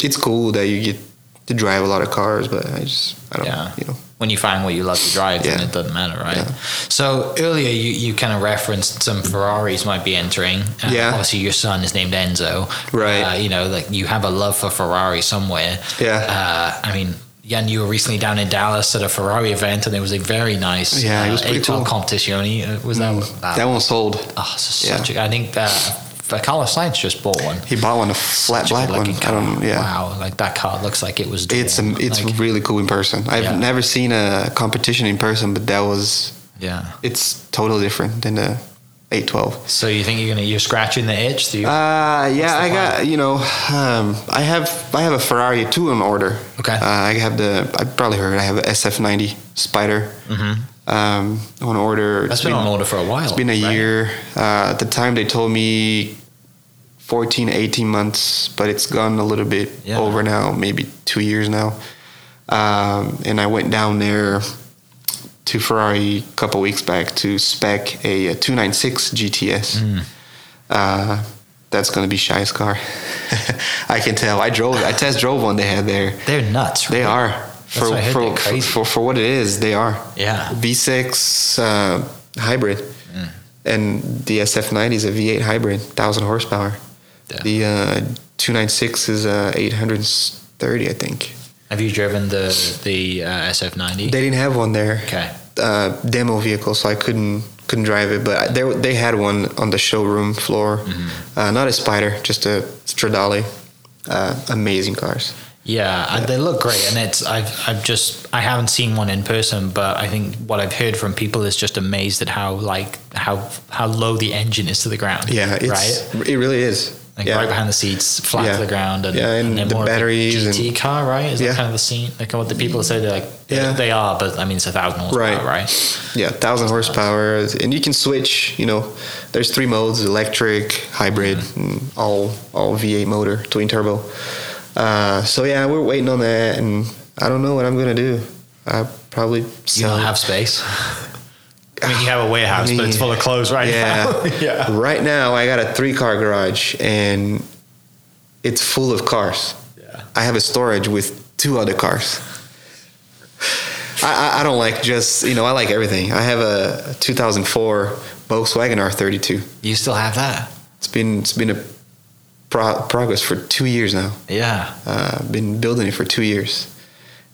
Speaker 2: it's cool that you get to drive a lot of cars, but I just I don't.
Speaker 1: Yeah.
Speaker 2: You know.
Speaker 1: when you find what you love to drive, then
Speaker 2: Yeah.
Speaker 1: it doesn't matter, right?
Speaker 2: Yeah.
Speaker 1: So earlier you, you kind of referenced some Ferraris might be entering. Uh,
Speaker 2: Yeah.
Speaker 1: Obviously, your son is named Enzo.
Speaker 2: Right.
Speaker 1: Uh, you know, like you have a love for Ferrari somewhere.
Speaker 2: Yeah.
Speaker 1: Uh, I mean. Yeah, and you were recently down in Dallas at a Ferrari event, and it was a very nice
Speaker 2: Yeah, it
Speaker 1: uh,
Speaker 2: was pretty
Speaker 1: 812
Speaker 2: cool. Mm,
Speaker 1: Competizione. Uh, Was that one?
Speaker 2: That one sold.
Speaker 1: Oh, so such a, I think uh, Carlos Sainz just bought one.
Speaker 2: He bought one a flat
Speaker 1: Such a
Speaker 2: black
Speaker 1: good
Speaker 2: one.
Speaker 1: looking
Speaker 2: I don't. Yeah.
Speaker 1: Wow, like that car looks like it was.
Speaker 2: It's
Speaker 1: drawn,
Speaker 2: a, it's
Speaker 1: like-
Speaker 2: really cool in person. I've
Speaker 1: Yeah.
Speaker 2: never seen a competition in person, but that was
Speaker 1: yeah.
Speaker 2: it's totally different than the eight twelve.
Speaker 1: So you think you're gonna you're scratching the itch? Do you,
Speaker 2: Uh, yeah,
Speaker 1: the
Speaker 2: I got you know, um, I have I have a Ferrari two in order.
Speaker 1: Okay.
Speaker 2: Uh, I have the I probably heard I have a SF ninety Spider. Mm-hmm. Um, on order.
Speaker 1: that's been, on order for a while.
Speaker 2: It's been a
Speaker 1: right?
Speaker 2: year. Uh, at the time, they told me 14, 18 months, but it's gone a little bit
Speaker 1: Yeah.
Speaker 2: over now, maybe two years now. Um, and I went down there to Ferrari a couple weeks back to spec a, uh 296 GTS.
Speaker 1: Mm.
Speaker 2: Uh, that's going to be Shy's car. I can tell. I drove, I test drove one they had there.
Speaker 1: They're nuts.
Speaker 2: They
Speaker 1: right?
Speaker 2: are for
Speaker 1: what I heard,
Speaker 2: for,
Speaker 1: they're
Speaker 2: for
Speaker 1: crazy.
Speaker 2: for for what it is. They are.
Speaker 1: Yeah.
Speaker 2: V6 uh, hybrid,
Speaker 1: Mm.
Speaker 2: and the SF90 is a V8 hybrid, thousand horsepower.
Speaker 1: Yeah.
Speaker 2: The uh, 296 is uh, 830, I think.
Speaker 1: Have you driven the the uh, SF90?
Speaker 2: They didn't have one there.
Speaker 1: okay.
Speaker 2: Uh, demo vehicle, so I couldn't couldn't drive it. But I, there, they had one on the showroom floor.
Speaker 1: Mm-hmm.
Speaker 2: Uh, not a Spider, just a Stradale. Uh, amazing cars.
Speaker 1: Yeah, and they look great, and it's I've I've just I haven't seen one in person, but I think what I've heard from people is just amazed at how like how how low the engine is to the ground.
Speaker 2: Yeah,
Speaker 1: right.
Speaker 2: it's, it really is.
Speaker 1: Like
Speaker 2: yeah.
Speaker 1: right behind the seats, flat
Speaker 2: Yeah.
Speaker 1: to the ground, and,
Speaker 2: Yeah, and
Speaker 1: they're
Speaker 2: the
Speaker 1: more of a
Speaker 2: batteries and-
Speaker 1: GT car, right? Is
Speaker 2: Yeah.
Speaker 1: that kind of the scene? Like what the people say, they're like,
Speaker 2: Yeah.
Speaker 1: yeah, they are, but I mean, it's a thousand horsepower,
Speaker 2: Right.
Speaker 1: right?
Speaker 2: Yeah, thousand horsepower, and you can switch. You know, there's three modes: electric, hybrid,
Speaker 1: Mm-hmm.
Speaker 2: and all all V8 motor, twin turbo. Uh, so yeah, we're waiting on that, and I don't know what I'm gonna do. I probably
Speaker 1: You
Speaker 2: sell.
Speaker 1: don't have space. I mean, you have a warehouse, but it's
Speaker 2: mean,
Speaker 1: full of clothes right now.
Speaker 2: yeah,
Speaker 1: yeah.
Speaker 2: Right now, I got a three car garage, and it's full of cars.
Speaker 1: Yeah.
Speaker 2: I have a storage with two other cars. I, I, I don't like just you know I like everything. I have a 2004 Volkswagen R32.
Speaker 1: You still have that?
Speaker 2: It's been it's been a pro- progress for two years now.
Speaker 1: Yeah.
Speaker 2: Uh, I've been building it for two years,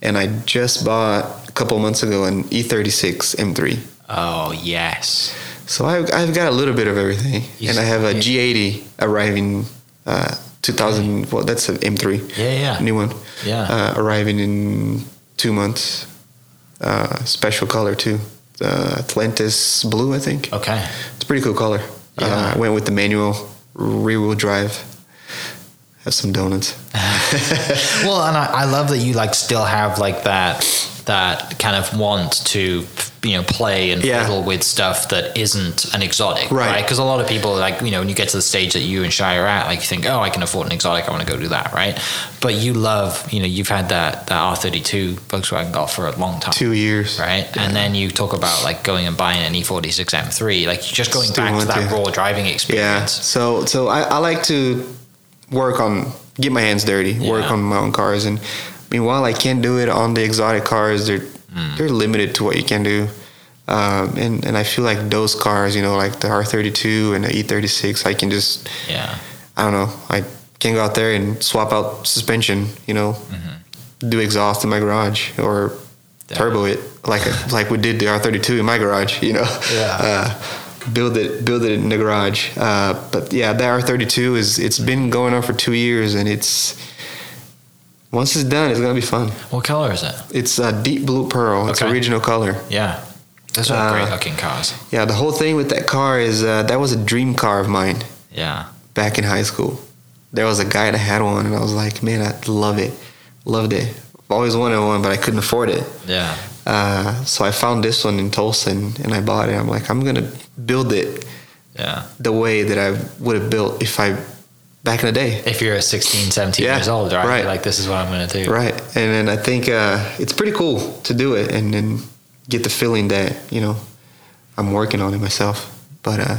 Speaker 2: and I just bought a couple months ago an E E36 M3.
Speaker 1: Oh yes.
Speaker 2: So I've, I've got a little bit of everything,
Speaker 1: You
Speaker 2: and I
Speaker 1: s-
Speaker 2: have a
Speaker 1: yeah.
Speaker 2: G80 arriving uh, 2000. Well, that's an M3.
Speaker 1: Yeah, yeah.
Speaker 2: new one.
Speaker 1: Yeah.
Speaker 2: uh, arriving in two months. Uh, special color too, uh, Atlantis blue, I think.
Speaker 1: Okay.
Speaker 2: It's a pretty cool color. Uh,
Speaker 1: Oh. Yeah.
Speaker 2: I went with the manual, rear wheel drive. Have some donuts.
Speaker 1: Well, and I, I love that you like still have like that that kind of want to you know play and
Speaker 2: Yeah.
Speaker 1: fiddle with stuff that isn't an exotic,
Speaker 2: Right.
Speaker 1: right? Because a lot of people like you know when you get to the stage that you and Shy are at, like you think, oh, I can afford an exotic, I want to go do that, right? But you love you know you've had that that R thirty two Volkswagen Golf for a long time.
Speaker 2: Two years.
Speaker 1: Right, and then you talk about like going and buying an E E46 M3, like you're just going
Speaker 2: Still
Speaker 1: back to
Speaker 2: want
Speaker 1: that
Speaker 2: to.
Speaker 1: raw driving
Speaker 2: Yeah.
Speaker 1: experience.
Speaker 2: So so I, I like to work on get my hands dirty, work
Speaker 1: Yeah.
Speaker 2: on my own cars, and meanwhile I can't do it on the exotic cars. They're
Speaker 1: Mm.
Speaker 2: they're limited to what you can do. Um, and, and I feel like those cars, you know, like the R32 and the E36, I can just
Speaker 1: Yeah,
Speaker 2: I don't know. I can go out there and swap out suspension, you know,
Speaker 1: Mm-hmm.
Speaker 2: do exhaust in my garage or
Speaker 1: Yeah.
Speaker 2: turbo it like like we did the R32 in my garage, you know.
Speaker 1: Yeah.
Speaker 2: Uh, build it build it in the garage. Uh, but yeah, the R32 is it's been going on for 2 years and it's once it's done, it's going to be fun.
Speaker 1: What color is it?
Speaker 2: It's a deep blue pearl. It's
Speaker 1: Okay.
Speaker 2: original color.
Speaker 1: Yeah, those are
Speaker 2: Uh,
Speaker 1: great looking cars.
Speaker 2: Yeah, the whole thing with that car is uh, that was a dream car of mine.
Speaker 1: Yeah.
Speaker 2: back in high school. There was a guy that had one, and I was like, man, I love it. Loved it. I've always wanted one, but I couldn't afford it.
Speaker 1: Yeah.
Speaker 2: Uh, so I found this one in Tulsa, and, and I bought it. I'm like, I'm going to build it
Speaker 1: Yeah.
Speaker 2: the way that I would have built if I, back in the day.
Speaker 1: If you're 16, 17
Speaker 2: Yeah,
Speaker 1: years old, right?
Speaker 2: right.
Speaker 1: Like, this is what I'm going to do.
Speaker 2: Right. And then I think uh, it's pretty cool to do it and then get the feeling that, you know, I'm working on it myself. But, uh,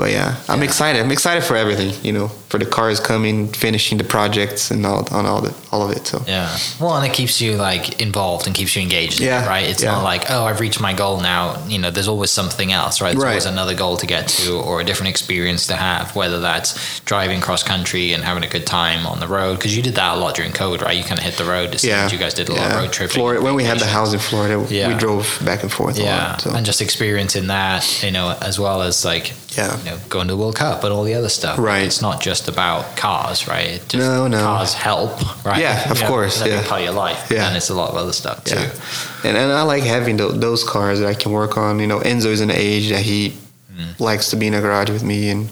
Speaker 2: but yeah, I'm excited. I'm excited for everything, you know, for the cars coming, finishing the projects and all on all the, all of it. So
Speaker 1: Yeah. Well, and it keeps you like involved and keeps you engaged. in it,
Speaker 2: Yeah,
Speaker 1: Right. It's
Speaker 2: yeah.
Speaker 1: not like, oh, I've reached my goal now. You know, there's always something else, right? There's
Speaker 2: Right.
Speaker 1: always another goal to get to or a different experience to have, whether that's driving cross country and having a good time on the road. Because you did that a lot during COVID, right? You kind of hit the road. As
Speaker 2: yeah,
Speaker 1: You guys did a lot of road trips.
Speaker 2: Florida, when we had the house in Florida, we
Speaker 1: Yeah.
Speaker 2: drove back and forth.
Speaker 1: yeah,
Speaker 2: A lot, so.
Speaker 1: and just experiencing that, you know, as well as like,
Speaker 2: Yeah.
Speaker 1: you know, going to the World Cup and all the other stuff.
Speaker 2: Right.
Speaker 1: It's not just about cars, right? It just,
Speaker 2: No, no.
Speaker 1: Cars help, right?
Speaker 2: Yeah, of
Speaker 1: You know,
Speaker 2: course,
Speaker 1: They're a big
Speaker 2: yeah.
Speaker 1: part of your life.
Speaker 2: Yeah.
Speaker 1: And it's a lot of other stuff too.
Speaker 2: Yeah. And, and I like having tho- those cars that I can work on. You know, Enzo is an age that he
Speaker 1: Mm-hmm.
Speaker 2: likes to be in a garage with me and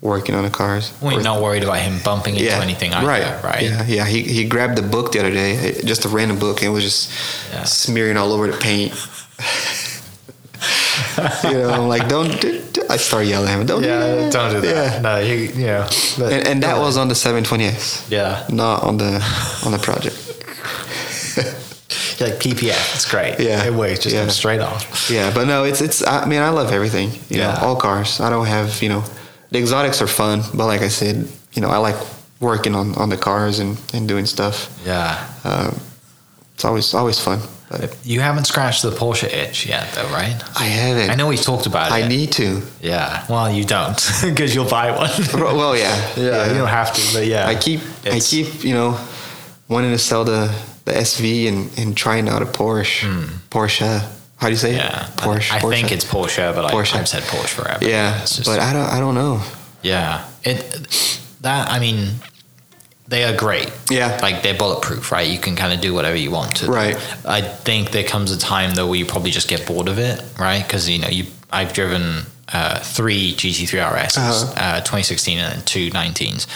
Speaker 2: working on the cars.
Speaker 1: Well, you're
Speaker 2: Or-
Speaker 1: not worried about him bumping into anything either, right?
Speaker 2: Yeah, yeah. He, he grabbed a book the other day, uh, just a random book, and was just
Speaker 1: Yeah.
Speaker 2: smearing all over the paint. you know, I'm like, don't. Do, do- I start yelling at him. Don't.
Speaker 4: Yeah, don't do that.
Speaker 2: Yeah.
Speaker 4: No, you, you know. but-
Speaker 2: And, and that was on the 720s,
Speaker 4: yeah,
Speaker 2: not on the on the project.
Speaker 4: You're like PPF. It's great.
Speaker 2: Yeah.
Speaker 4: it works. Just
Speaker 2: Yeah.
Speaker 4: come straight off.
Speaker 2: Yeah, but no, it's it's. I mean, I love everything. You
Speaker 4: Yeah.
Speaker 2: know, all cars. I don't have you know, the exotics are fun, but like I said, you know, I like working on on the cars and and doing stuff.
Speaker 4: Yeah,
Speaker 2: Um, it's always always fun. But
Speaker 1: You haven't scratched the Porsche itch yet, though, right?
Speaker 2: I haven't.
Speaker 1: I know we've talked about it.
Speaker 2: I need to.
Speaker 1: yeah. Well, you don't because you'll buy one.
Speaker 2: Well, well, yeah,
Speaker 4: you don't have to, but yeah,
Speaker 2: I keep, I
Speaker 4: It's-
Speaker 2: keep, you know, wanting to sell the the SV and and trying out a Porsche, Porsche. How do you say
Speaker 1: Hmm. yeah.
Speaker 2: it? Porsche.
Speaker 1: I, I
Speaker 2: Porsche.
Speaker 1: think it's Porsche, but
Speaker 2: Porsche.
Speaker 1: I, I've said Porsche forever.
Speaker 2: yeah,
Speaker 1: It's just-
Speaker 2: but I don't, I don't know.
Speaker 1: yeah. It that I mean, they are great.
Speaker 2: Yeah.
Speaker 1: Like they're bulletproof, right? You can kind of do whatever you want to. them.
Speaker 2: Right.
Speaker 1: I think there comes a time though where you probably just get bored of it, right? Because you know you I've driven uh, three GT3 RSs,
Speaker 2: Uh-huh.
Speaker 1: uh 2016 and then two 19s.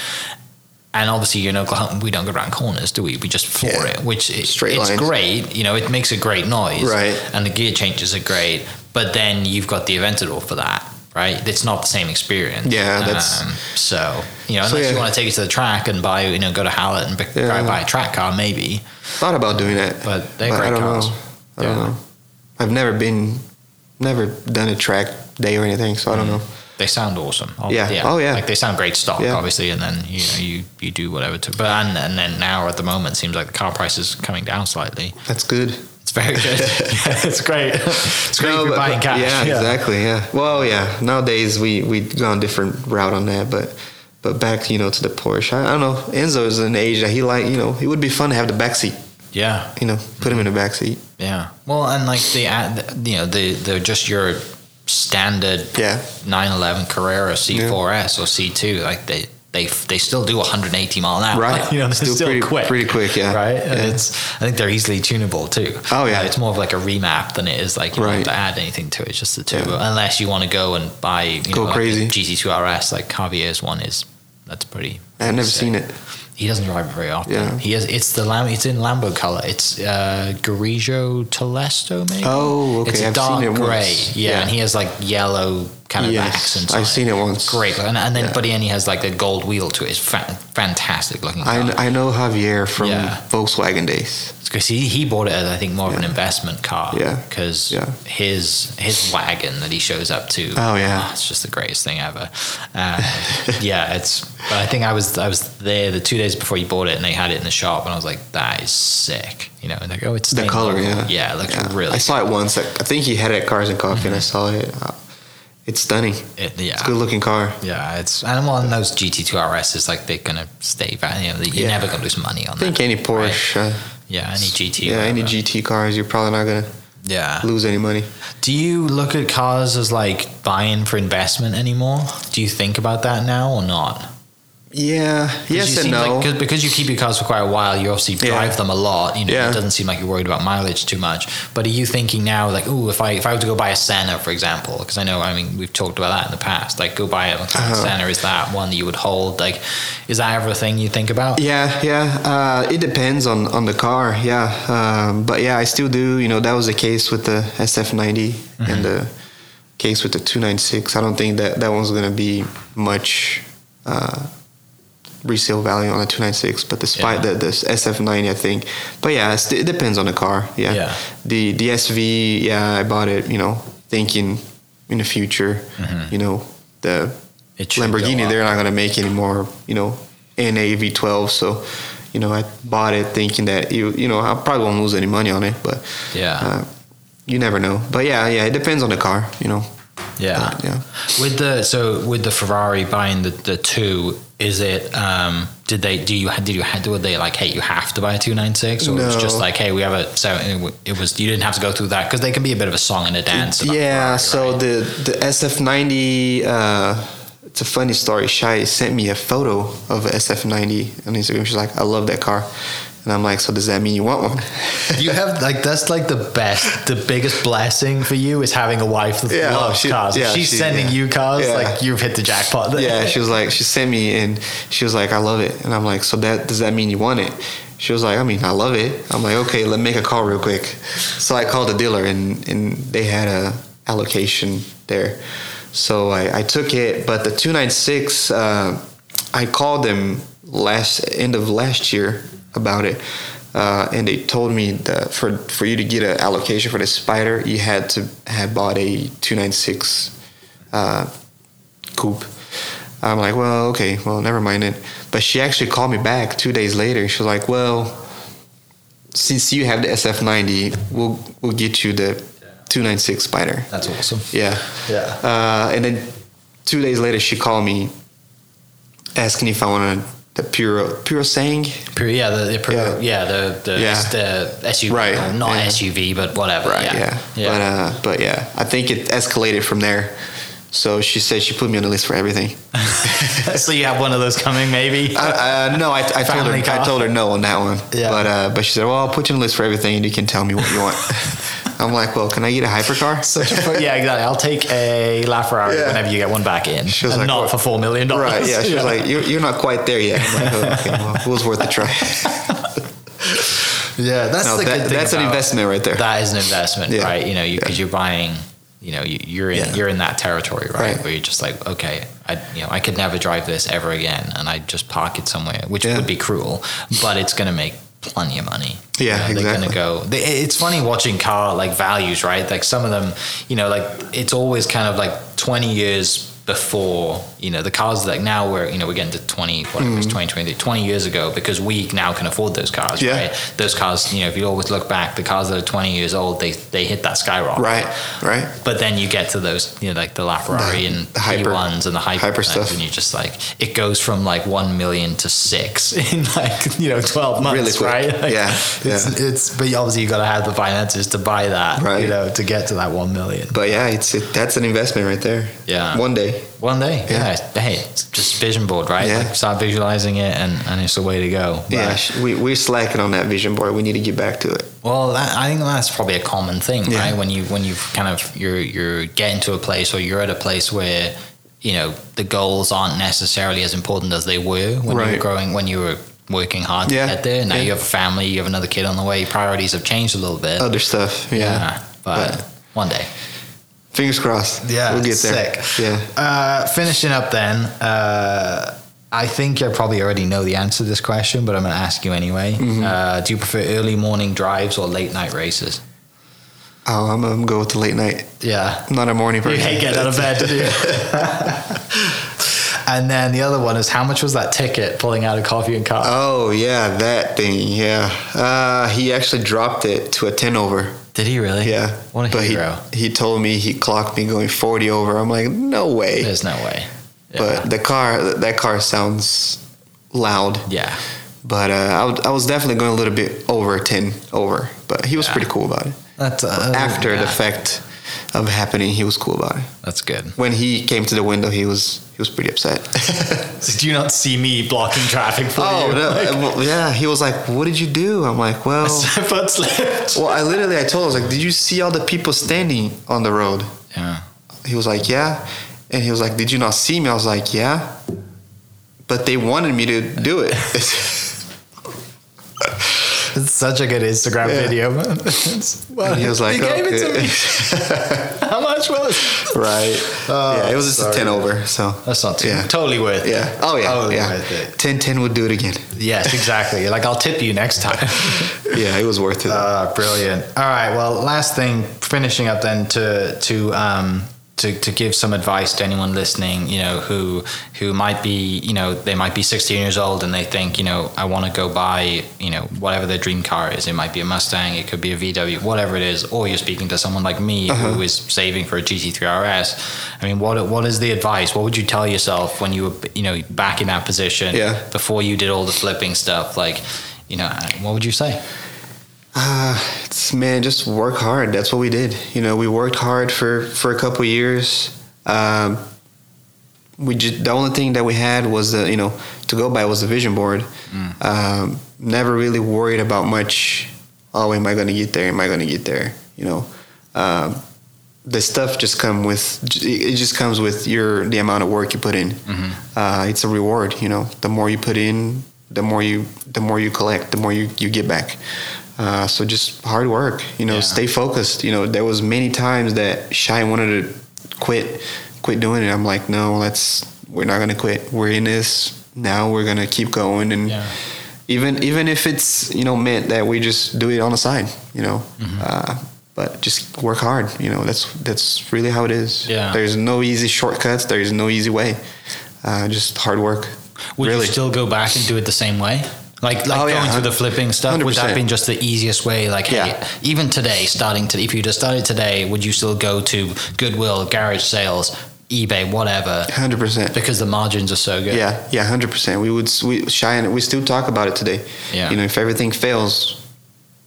Speaker 1: And obviously, you know, we don't go around corners, do we? We just floor
Speaker 2: Yeah.
Speaker 1: it, which it,
Speaker 2: Straight
Speaker 1: it's
Speaker 2: lines.
Speaker 1: great. You know, it makes a great noise,
Speaker 2: Right.
Speaker 1: And the gear changes are great, but then you've got the Aventador for that, right? It's not the same experience. Um,
Speaker 2: Yeah, that's-
Speaker 1: so you know, unless
Speaker 2: So,
Speaker 1: you
Speaker 2: yeah.
Speaker 1: want to take it to the track and buy, you know, go to Hallett and b-
Speaker 2: Yeah.
Speaker 1: buy a track car, maybe.
Speaker 2: Thought about doing that,
Speaker 1: But they're
Speaker 2: I
Speaker 1: great
Speaker 2: don't
Speaker 1: cars.
Speaker 2: know. I don't
Speaker 1: Yeah.
Speaker 2: know. I've never been, never done a track day or anything, so
Speaker 1: Mm.
Speaker 2: I don't know.
Speaker 1: They sound awesome. Oh,
Speaker 2: Yeah. Oh, yeah.
Speaker 1: Like they sound great stock,
Speaker 2: Yeah.
Speaker 1: obviously, and then you know you, you do whatever to. But and, and then now at the moment, it seems like the car price is coming down slightly.
Speaker 2: That's good.
Speaker 1: It's very good. it's great. It's great
Speaker 2: No,
Speaker 1: if you're
Speaker 2: but-
Speaker 1: buying cash.
Speaker 2: Yeah, exactly. Yeah. Well, yeah. Nowadays we we gone different route on that, but but back you know to the Porsche. I, I don't know. Enzo is an age that he like. You know, it would be fun to have the back seat.
Speaker 1: Yeah.
Speaker 2: You know, put him in the back seat.
Speaker 1: Yeah. Well, and like the ad- you know the the just your standard
Speaker 2: Yeah.
Speaker 1: 911 Carrera C4S or C2 like they they they still do 180 mile an hour.
Speaker 2: Right.
Speaker 1: You know, they're still,
Speaker 2: pretty
Speaker 1: quick.
Speaker 2: Pretty quick. Yeah.
Speaker 1: Right, and
Speaker 2: Yeah.
Speaker 1: it's. I think they're easily tunable too.
Speaker 2: Oh, yeah.
Speaker 1: Uh, it's more of like a remap than it is like you don't
Speaker 2: Right.
Speaker 1: have to add anything to it. It's just the turbo, unless you want to go and buy you
Speaker 2: Go
Speaker 1: know,
Speaker 2: crazy.
Speaker 1: Like the GT2 RS like Cavier's one is. That's pretty.
Speaker 2: I've never
Speaker 1: sick.
Speaker 2: seen it.
Speaker 1: He doesn't drive it very often.
Speaker 2: Yeah.
Speaker 1: He has. It's the Lam- It's in Lambo color. It's uh, Grigio Telesto, maybe.
Speaker 2: Oh, okay.
Speaker 1: It's a
Speaker 2: I've
Speaker 1: dark
Speaker 2: seen it once.
Speaker 1: gray. Yeah,
Speaker 2: Yeah.
Speaker 1: and he has like yellow kind of
Speaker 2: Yes,
Speaker 1: accents.
Speaker 2: I've
Speaker 1: on
Speaker 2: seen it once.
Speaker 1: Great, and, and then
Speaker 2: Yeah.
Speaker 1: but he only has like the gold wheel to it. It's fa- fantastic looking.
Speaker 2: I,
Speaker 1: car.
Speaker 2: I know Javier from
Speaker 1: Yeah.
Speaker 2: Volkswagen days.
Speaker 1: because he, he bought it as I think more of an
Speaker 2: Yeah.
Speaker 1: investment car.
Speaker 2: Yeah.
Speaker 1: Because
Speaker 2: Yeah.
Speaker 1: his his wagon that he shows up to.
Speaker 2: Oh, yeah.
Speaker 1: ah, it's just the greatest thing ever. Um, yeah, it's. But I think I was I was there the two days before you bought it, and they had it in the shop, and I was like, that is sick. You know, and like, oh, it's
Speaker 2: The
Speaker 1: stained
Speaker 2: color,
Speaker 1: leather.
Speaker 2: yeah.
Speaker 1: yeah, it looks
Speaker 2: Yeah.
Speaker 1: really.
Speaker 2: I saw it once. I, I think he had it at Cars and Coffee, and I saw it. Uh, It's stunning.
Speaker 1: It, yeah.
Speaker 2: It's a good looking car.
Speaker 1: Yeah, it's and well, and those GT2 RS is like they're gonna stay back. You know, you're
Speaker 2: Yeah.
Speaker 1: never gonna lose money on
Speaker 2: I think
Speaker 1: that.
Speaker 2: any Porsche. Uh,
Speaker 1: Yeah, any GT.
Speaker 2: Yeah, any
Speaker 1: whatever.
Speaker 2: GT cars, you're probably not gonna
Speaker 1: Yeah.
Speaker 2: lose any money.
Speaker 1: Do you look at cars as like buying for investment anymore? Do you think about that now or not? 'Cause
Speaker 2: Yeah, yes
Speaker 1: you
Speaker 2: and
Speaker 1: seem
Speaker 2: no.
Speaker 1: like- 'cause- because you keep your cars for quite a while, you obviously
Speaker 2: Yeah.
Speaker 1: drive them a lot. You know,
Speaker 2: Yeah.
Speaker 1: it doesn't seem like you're worried about mileage too much. But are you thinking now, like, oh, if I if I were to go buy a Senna, for example, because I know, I mean, we've talked about that in the past. Like, go buy a
Speaker 2: Uh-huh.
Speaker 1: Senna. Is that one that you would hold? Like, is that ever a thing you think about?
Speaker 2: yeah, yeah. Uh, it depends on on the car. Yeah, um, but yeah, I still do. You know, that was the case with the SF90
Speaker 1: Mm-hmm.
Speaker 2: and the case with the 296. I don't think that that one's gonna be much uh, resale value on the 296, but despite
Speaker 1: Yeah.
Speaker 2: the the SF90, I think. But yeah, it's, it depends on the car. Yeah.
Speaker 1: Yeah.
Speaker 2: The the SV, yeah, I bought it. You know, thinking in the future.
Speaker 1: Mm-hmm.
Speaker 2: You know, the
Speaker 1: It should go
Speaker 2: Lamborghini,
Speaker 1: up.
Speaker 2: they're not going to make any more, you know, NA V12. So, you know, I bought it thinking that, you you know, I probably won't lose any money on it, but
Speaker 1: Yeah.
Speaker 2: uh, you never know. But yeah, yeah, it depends on the car, you know.
Speaker 1: Yeah.
Speaker 2: But, yeah.
Speaker 1: With the so with the Ferrari buying the, the two, is it um did they do you did you were they like hey you have to buy a two nine six or it was
Speaker 2: No.
Speaker 1: just like hey we have a so it was you didn't have to go through that because they can be a bit of a song and a dance. about
Speaker 2: yeah,
Speaker 1: Ferrari,
Speaker 2: so
Speaker 1: right?
Speaker 2: the, the SF90, uh, it's a funny story. Shai sent me a photo of a SF90 on Instagram. She's like, I love that car. And I'm like, so does that mean you want one?
Speaker 1: You have like that's like the best, the biggest blessing for you is having a wife that
Speaker 2: Yeah,
Speaker 1: loves
Speaker 2: she-
Speaker 1: cars. If
Speaker 2: yeah,
Speaker 1: she's
Speaker 2: she-
Speaker 1: sending
Speaker 2: yeah.
Speaker 1: you cars,
Speaker 2: Yeah.
Speaker 1: like you've hit the jackpot. there.
Speaker 2: yeah, she was like, she sent me and she was like, I love it. And I'm like, so that does that mean you want it? She was like, I mean, I love it. I'm like, okay, let me make a call real quick. So I called the dealer and, and they had a allocation there. So I, I took it, but the 296, uh, I called them last end of last year about it. Uh, and they told me that for, for you to get an allocation for the spider, you had to have bought a 296 uh, coupe. I'm like, well, okay, well, never mind it. But she actually called me back two days later. She was like, well, since you have the SF90, we'll we'll get you the 296 Spider.
Speaker 1: that's awesome.
Speaker 2: Yeah.
Speaker 1: Yeah.
Speaker 2: Uh, and then two days later, she called me asking if I wanted the Puro Puro Sang.
Speaker 1: Pure, yeah, the, the pure, yeah. the the,
Speaker 2: Yeah.
Speaker 1: the SUV,
Speaker 2: Right,
Speaker 1: well, not
Speaker 2: yeah.
Speaker 1: SUV, but whatever.
Speaker 2: Right.
Speaker 1: Yeah,
Speaker 2: Yeah.
Speaker 1: yeah.
Speaker 2: But uh, but yeah, I think it escalated from there. So she said she put me on the list for everything.
Speaker 1: so you have one of those coming, maybe.
Speaker 2: uh, uh, no, I, I told her
Speaker 1: Family car.
Speaker 2: I told her no on that one.
Speaker 1: Yeah.
Speaker 2: But uh, but she said, well, I'll put you on the list for everything, and you can tell me what you want. I'm like, well, can I get a hypercar?
Speaker 1: Such a fu- yeah, exactly. I'll take a LaFerrari
Speaker 2: Yeah.
Speaker 1: whenever you get one back in,
Speaker 2: She was
Speaker 1: and
Speaker 2: like,
Speaker 1: not
Speaker 2: "What?"
Speaker 1: for four million dollars.
Speaker 2: right. Yeah. She was like, you're, you're not quite there yet. I'm like, oh, okay, well, it was worth a try.
Speaker 1: yeah, that's
Speaker 2: no,
Speaker 1: the good
Speaker 2: that,
Speaker 1: thing
Speaker 2: that's an
Speaker 1: about-
Speaker 2: investment right there.
Speaker 1: That is an investment,
Speaker 2: Yeah.
Speaker 1: right? You know, because you, are buying, you know, you, you're in
Speaker 2: Yeah.
Speaker 1: you're in that territory, right?
Speaker 2: Right.
Speaker 1: Where you're just like, okay, I you know, I could never drive this ever again, and I just park it somewhere, which
Speaker 2: Yeah.
Speaker 1: would be cruel, but it's going to make plenty of money.
Speaker 2: Yeah,
Speaker 1: you know, They're going
Speaker 2: exactly.
Speaker 1: to go. They, it- it's funny watching car like values, right? Like some of them, you know, like it's always kind of like twenty years before you know the cars that now we're you know we're getting to 20 whatever
Speaker 2: Mm.
Speaker 1: it's 2020 20 years ago because we now can afford those cars
Speaker 2: Yeah.
Speaker 1: right those cars, you know, if you always look back, the cars that are 20 years old, they they hit that skyrocket.
Speaker 2: Right. Right.
Speaker 1: But then you get to those, you know, like the LaFerrari
Speaker 2: The-
Speaker 1: and
Speaker 2: the hyper-
Speaker 1: P1s and the hyper,
Speaker 2: hyper
Speaker 1: things,
Speaker 2: stuff.
Speaker 1: and you just like it goes from like one million to six in like you know 12 months,
Speaker 2: Really quick.
Speaker 1: right? Like,
Speaker 2: Yeah,
Speaker 1: it's, it's but obviously you got to have the finances to buy that, You
Speaker 2: Right.
Speaker 1: know, to get to that one million.
Speaker 2: But yeah, it's it, that's an investment right there.
Speaker 1: Yeah.
Speaker 2: One day.
Speaker 1: One day, yeah.
Speaker 2: Yeah.
Speaker 1: Hey, it's just vision board, right?
Speaker 2: Yeah.
Speaker 1: Like start visualizing it, and and it's the way to go. But-
Speaker 2: Yeah. sh- We we're slacking on that vision board. We need to get back to it.
Speaker 1: Well, that, I think that's probably a common thing,
Speaker 2: Yeah.
Speaker 1: right? When you when you've kind of you're you're getting to a place or you're at a place where you know the goals aren't necessarily as important as they were when you were
Speaker 2: Right.
Speaker 1: growing when you were working hard
Speaker 2: Yeah.
Speaker 1: to get there. Now
Speaker 2: Yeah.
Speaker 1: you have a family, you have another kid on the way. Priorities have changed a little bit. Uh,
Speaker 2: Other stuff. Oh, Yeah.
Speaker 1: but
Speaker 2: But-
Speaker 1: one day.
Speaker 2: Fingers crossed.
Speaker 1: Yeah,
Speaker 2: We'll get there.
Speaker 1: sick.
Speaker 2: Yeah.
Speaker 1: Uh, finishing up then, uh, I think I probably already know the answer to this question, but I'm going to ask you anyway.
Speaker 2: Mm-hmm.
Speaker 1: Uh, do you prefer early morning drives or late night races?
Speaker 2: Oh, I'm gonna go with the late night.
Speaker 1: Yeah.
Speaker 2: I'm not a morning
Speaker 1: You
Speaker 2: person.
Speaker 1: hate getting out of bed, do you? and then the other one is how much was that ticket pulling out of coffee and car?
Speaker 2: Oh yeah, that thing. Yeah, uh, he actually dropped it to a ten over.
Speaker 1: Did he really?
Speaker 2: Yeah,
Speaker 1: What a
Speaker 2: but
Speaker 1: hero.
Speaker 2: He, he told me he clocked me going forty over. I'm like, no way.
Speaker 1: There's no way. Yeah.
Speaker 2: But the car, that car sounds loud.
Speaker 1: yeah.
Speaker 2: But uh, I, w- I was definitely going a little bit over ten over. But he was
Speaker 1: Yeah.
Speaker 2: pretty cool about it.
Speaker 1: That's uh,
Speaker 2: After the
Speaker 1: yeah.
Speaker 2: fact of happening, he was cool about it.
Speaker 1: That's good.
Speaker 2: When he came to the window, he was he was pretty upset.
Speaker 1: Did you not see me blocking traffic for
Speaker 2: oh
Speaker 1: you?
Speaker 2: no,
Speaker 1: Like,
Speaker 2: well, yeah, he was like, "What did you do?" I'm like,
Speaker 1: Oh.
Speaker 2: "Well."
Speaker 1: foot slipped.
Speaker 2: Well, I literally I told him I was like, "Did you see all the people standing on the road?"
Speaker 1: Yeah.
Speaker 2: He was like, "Yeah," and he was like, "Did you not see me?" I was like, "Yeah," but they wanted me to do it.
Speaker 1: It's such a good Instagram
Speaker 2: Yeah.
Speaker 1: video. man. It's- well,
Speaker 2: And he was like,
Speaker 1: you gave it to
Speaker 2: "Okay."
Speaker 1: me. how much was it?
Speaker 2: right?
Speaker 1: Oh,
Speaker 2: yeah, it was just
Speaker 1: sorry.
Speaker 2: a ten over. So
Speaker 1: That's not too,
Speaker 2: Yeah.
Speaker 1: totally worth it.
Speaker 2: yeah. Oh yeah.
Speaker 1: Totally worth
Speaker 2: yeah.
Speaker 1: it.
Speaker 2: 10-10 would do it again.
Speaker 1: Yes, exactly. You're like, I'll tip you next time.
Speaker 2: Yeah, it was worth it.
Speaker 1: Uh, brilliant. All right. Well, last thing, finishing up then to to um to, to give some advice to anyone listening, you know, who who might be, you know, they might be 16 years old and they think, you know, I want to go buy, you know, whatever their dream car is. It might be a Mustang, it could be a VW, whatever it is. Or you're speaking to someone like me who is saving for a GT3 RS. I mean, what what is the advice? What would you tell yourself when you were, you know, back in that position
Speaker 2: Yeah.
Speaker 1: before you did all the flipping stuff? Like, you know, what would you say?
Speaker 2: Uh, it's, man, just work hard. That's what we did. You know, we worked hard for for a couple years. Um, Uh, we just the only thing that we had was the you know to go by was the vision board. Mm. Um, never really worried about much. Oh, am I going to get there? Am I going to get there? You know, um, the stuff just come with it. Just comes with your the amount of work you put in. Mm-hmm. Uh, it's a reward. You know, the more you put in, the more you the more you collect, the more you you get back. Uh, so just hard work. You know, yeah. stay focused. You know, there was many times that Shy wanted to quit quit doing it. I'm like, no, let's. We're not gonna quit. We're in this now. We're gonna keep going, and yeah. even even if it's you know meant that we just do it on the side, you know. Mm-hmm. Uh, but just work hard. You know, that's that's really how it is.
Speaker 1: Yeah.
Speaker 2: There's no easy shortcuts. There's no easy way. Uh, just hard work.
Speaker 1: Would really. you still go back and do it the same way? Like, like oh, yeah. going through the flipping stuff, 100%. would that have been just the easiest way? Like, yeah. hey, even today, starting to, if you just started today, would you still go to Goodwill, garage sales, eBay, whatever.
Speaker 2: Hundred percent.
Speaker 1: Because the margins are so good.
Speaker 2: Yeah, yeah, hundred percent. We would we shine. We still talk about it today.
Speaker 1: Yeah.
Speaker 2: You know, if everything fails,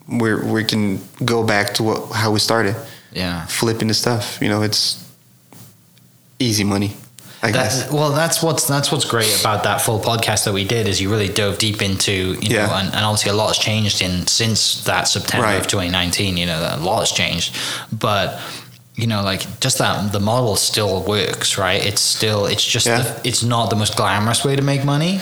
Speaker 2: we we can go back to what, how we started.
Speaker 1: Yeah.
Speaker 2: Flipping the stuff. You know, it's easy money. I
Speaker 1: that,
Speaker 2: guess.
Speaker 1: Well, that's what's that's what's great about that full podcast that we did is you really dove deep into you yeah. know, and, and, obviously a lot has changed in since that September right. of 2019. You know, a lot has changed, but you know like just that the model still works right it's still it's just yeah. the, it's not the most glamorous way to make money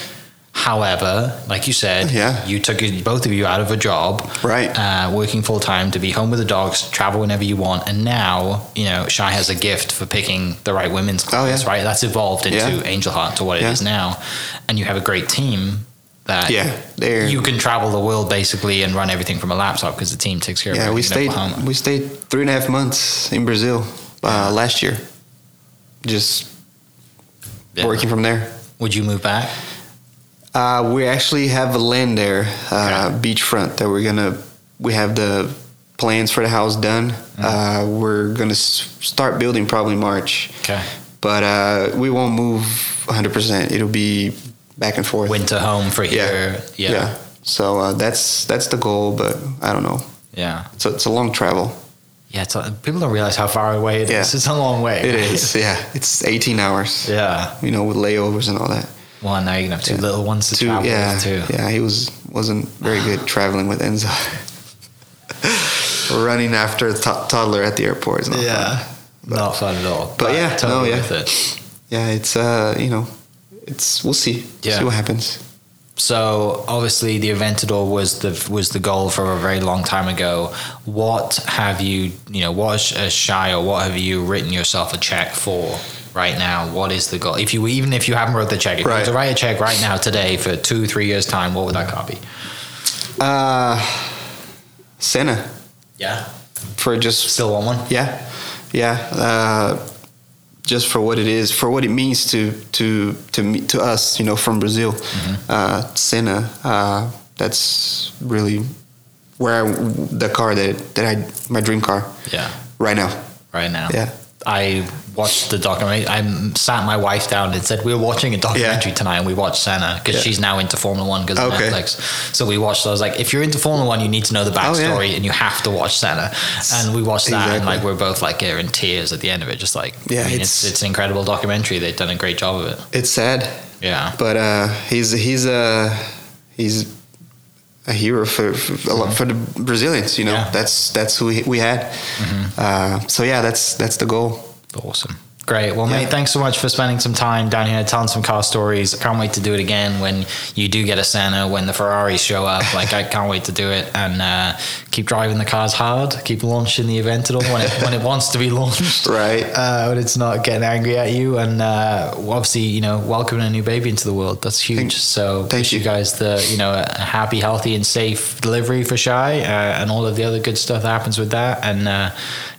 Speaker 1: however like you said
Speaker 2: yeah.
Speaker 1: you took both of you out of a job
Speaker 2: right
Speaker 1: uh, working full-time to be home with the dogs travel whenever you want and now you know shai has a gift for picking the right women's clients oh, yeah. right that's evolved into yeah. angel heart to what it is now and you have a great team that
Speaker 2: yeah, they're,
Speaker 1: you can travel the world basically and run everything from a laptop because the team takes care
Speaker 2: yeah,
Speaker 1: of it.
Speaker 2: Yeah, we stayed Oklahoma. we stayed three and a half months in Brazil uh, last year, just yeah. working from there.
Speaker 1: Would you move back?
Speaker 2: Uh, we actually have a land there, uh, okay. beachfront that we're gonna. We have the plans for the house done. Mm-hmm. we're gonna s- start building probably March.
Speaker 1: Okay.
Speaker 2: But uh, we won't move 100%. It'll be back and forth.
Speaker 1: Winter home for here.
Speaker 2: Yeah. yeah. yeah. So uh, that's that's the goal, but I don't know.
Speaker 1: Yeah.
Speaker 2: So it's a long travel.
Speaker 1: Yeah, a, people don't realize how far away it yeah. is. It's a long way.
Speaker 2: It is. Yeah, it's 18 hours.
Speaker 1: Yeah.
Speaker 2: You know, with layovers and all that.
Speaker 1: Well, now you can have two little ones to two, travel
Speaker 2: yeah,
Speaker 1: with too.
Speaker 2: Yeah, he was wasn't very good traveling with Enzo. Running after a to- toddler at the airport.
Speaker 1: Not yeah, fun. But, not fun at all.
Speaker 2: But, but yeah, totally no, yeah. It. Yeah, it's uh, you know, it's we'll see. Yeah. See what happens.
Speaker 1: So obviously, the Aventador was the was the goal for a very long time ago. What have you, you know, what is shy or what have you written yourself a check for right now? What is the goal? If you even if you haven't wrote the check, if right. you were to write a check right now today for two three years time, what would that car be?
Speaker 2: Uh, Senna.
Speaker 1: Yeah.
Speaker 2: For just
Speaker 1: still want one.
Speaker 2: Yeah, yeah. Uh, just for what it is, for what it means to to to me, to us, you know, from Brazil, mm-hmm. uh, Senna. Uh, that's really where I, the car that that I my dream car.
Speaker 1: Yeah.
Speaker 2: Right now.
Speaker 1: Right now.
Speaker 2: Yeah.
Speaker 1: I watched the documentary. I sat my wife down and said we were watching a documentary yeah. tonight, and we watched Senna because yeah. she's now into Formula One because of okay. Netflix. So we watched. So I was like, if you're into Formula One, you need to know the backstory, oh, yeah. and you have to watch Senna. And we watched that, exactly. and like we're both like here in tears at the end of it, just like
Speaker 2: yeah,
Speaker 1: I mean, it's, it's, it's an incredible documentary. They've done a great job of it.
Speaker 2: It's sad,
Speaker 1: yeah,
Speaker 2: but uh, he's he's a uh, he's a hero for, for a lot for the Brazilians. You know, Mm-hmm. yeah. that's that's who we, we had. Mm-hmm. Uh, so yeah, that's that's the goal.
Speaker 1: Awesome. Great. Well, yeah. mate, thanks so much for spending some time down here telling some car stories. I can't wait to do it again when you do get a Santa, when the Ferraris show up. Like, I can't wait to do it and uh, keep driving the cars hard, keep launching the Aventador when it, when it wants to be launched.
Speaker 2: Right.
Speaker 1: Uh, when it's not getting angry at you. And uh, obviously, you know, welcoming a new baby into the world, that's huge. Thank, so,
Speaker 2: thank
Speaker 1: wish you. guys the, you know, a happy, healthy, and safe delivery for Shy and all of the other good stuff that happens with that. And, uh,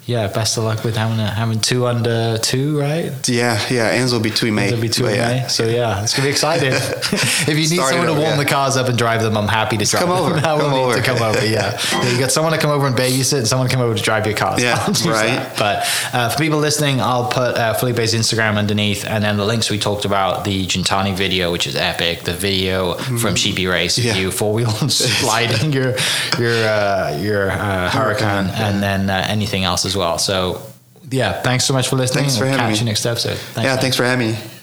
Speaker 1: yeah, best of luck with having a, having two under two, right?
Speaker 2: Yeah, yeah. Anne's will be two, mate.
Speaker 1: Will be two, mate. Yeah. So yeah, it's gonna be exciting. if you need Started someone to over, warm yeah. the cars up and drive them, I'm happy to drive.
Speaker 2: Come over.
Speaker 1: Them. I
Speaker 2: come over.
Speaker 1: to come over. Yeah. yeah. you got someone to come over and babysit, and someone to come over to drive your cars.
Speaker 2: Yeah, right.
Speaker 1: That. But uh, for people listening, I'll put uh, Felipe's Instagram underneath, and then the links we talked about the Gentani video, which is epic. The video mm. from Sheepy Race, yeah. you four wheel sliding your your uh, your uh, Hurricane, and then uh, anything else as well well. So, yeah, thanks so much for listening.
Speaker 2: Thanks for
Speaker 1: we'll
Speaker 2: having
Speaker 1: catch
Speaker 2: me.
Speaker 1: you next episode.
Speaker 2: Thanks, yeah, man. thanks for having me.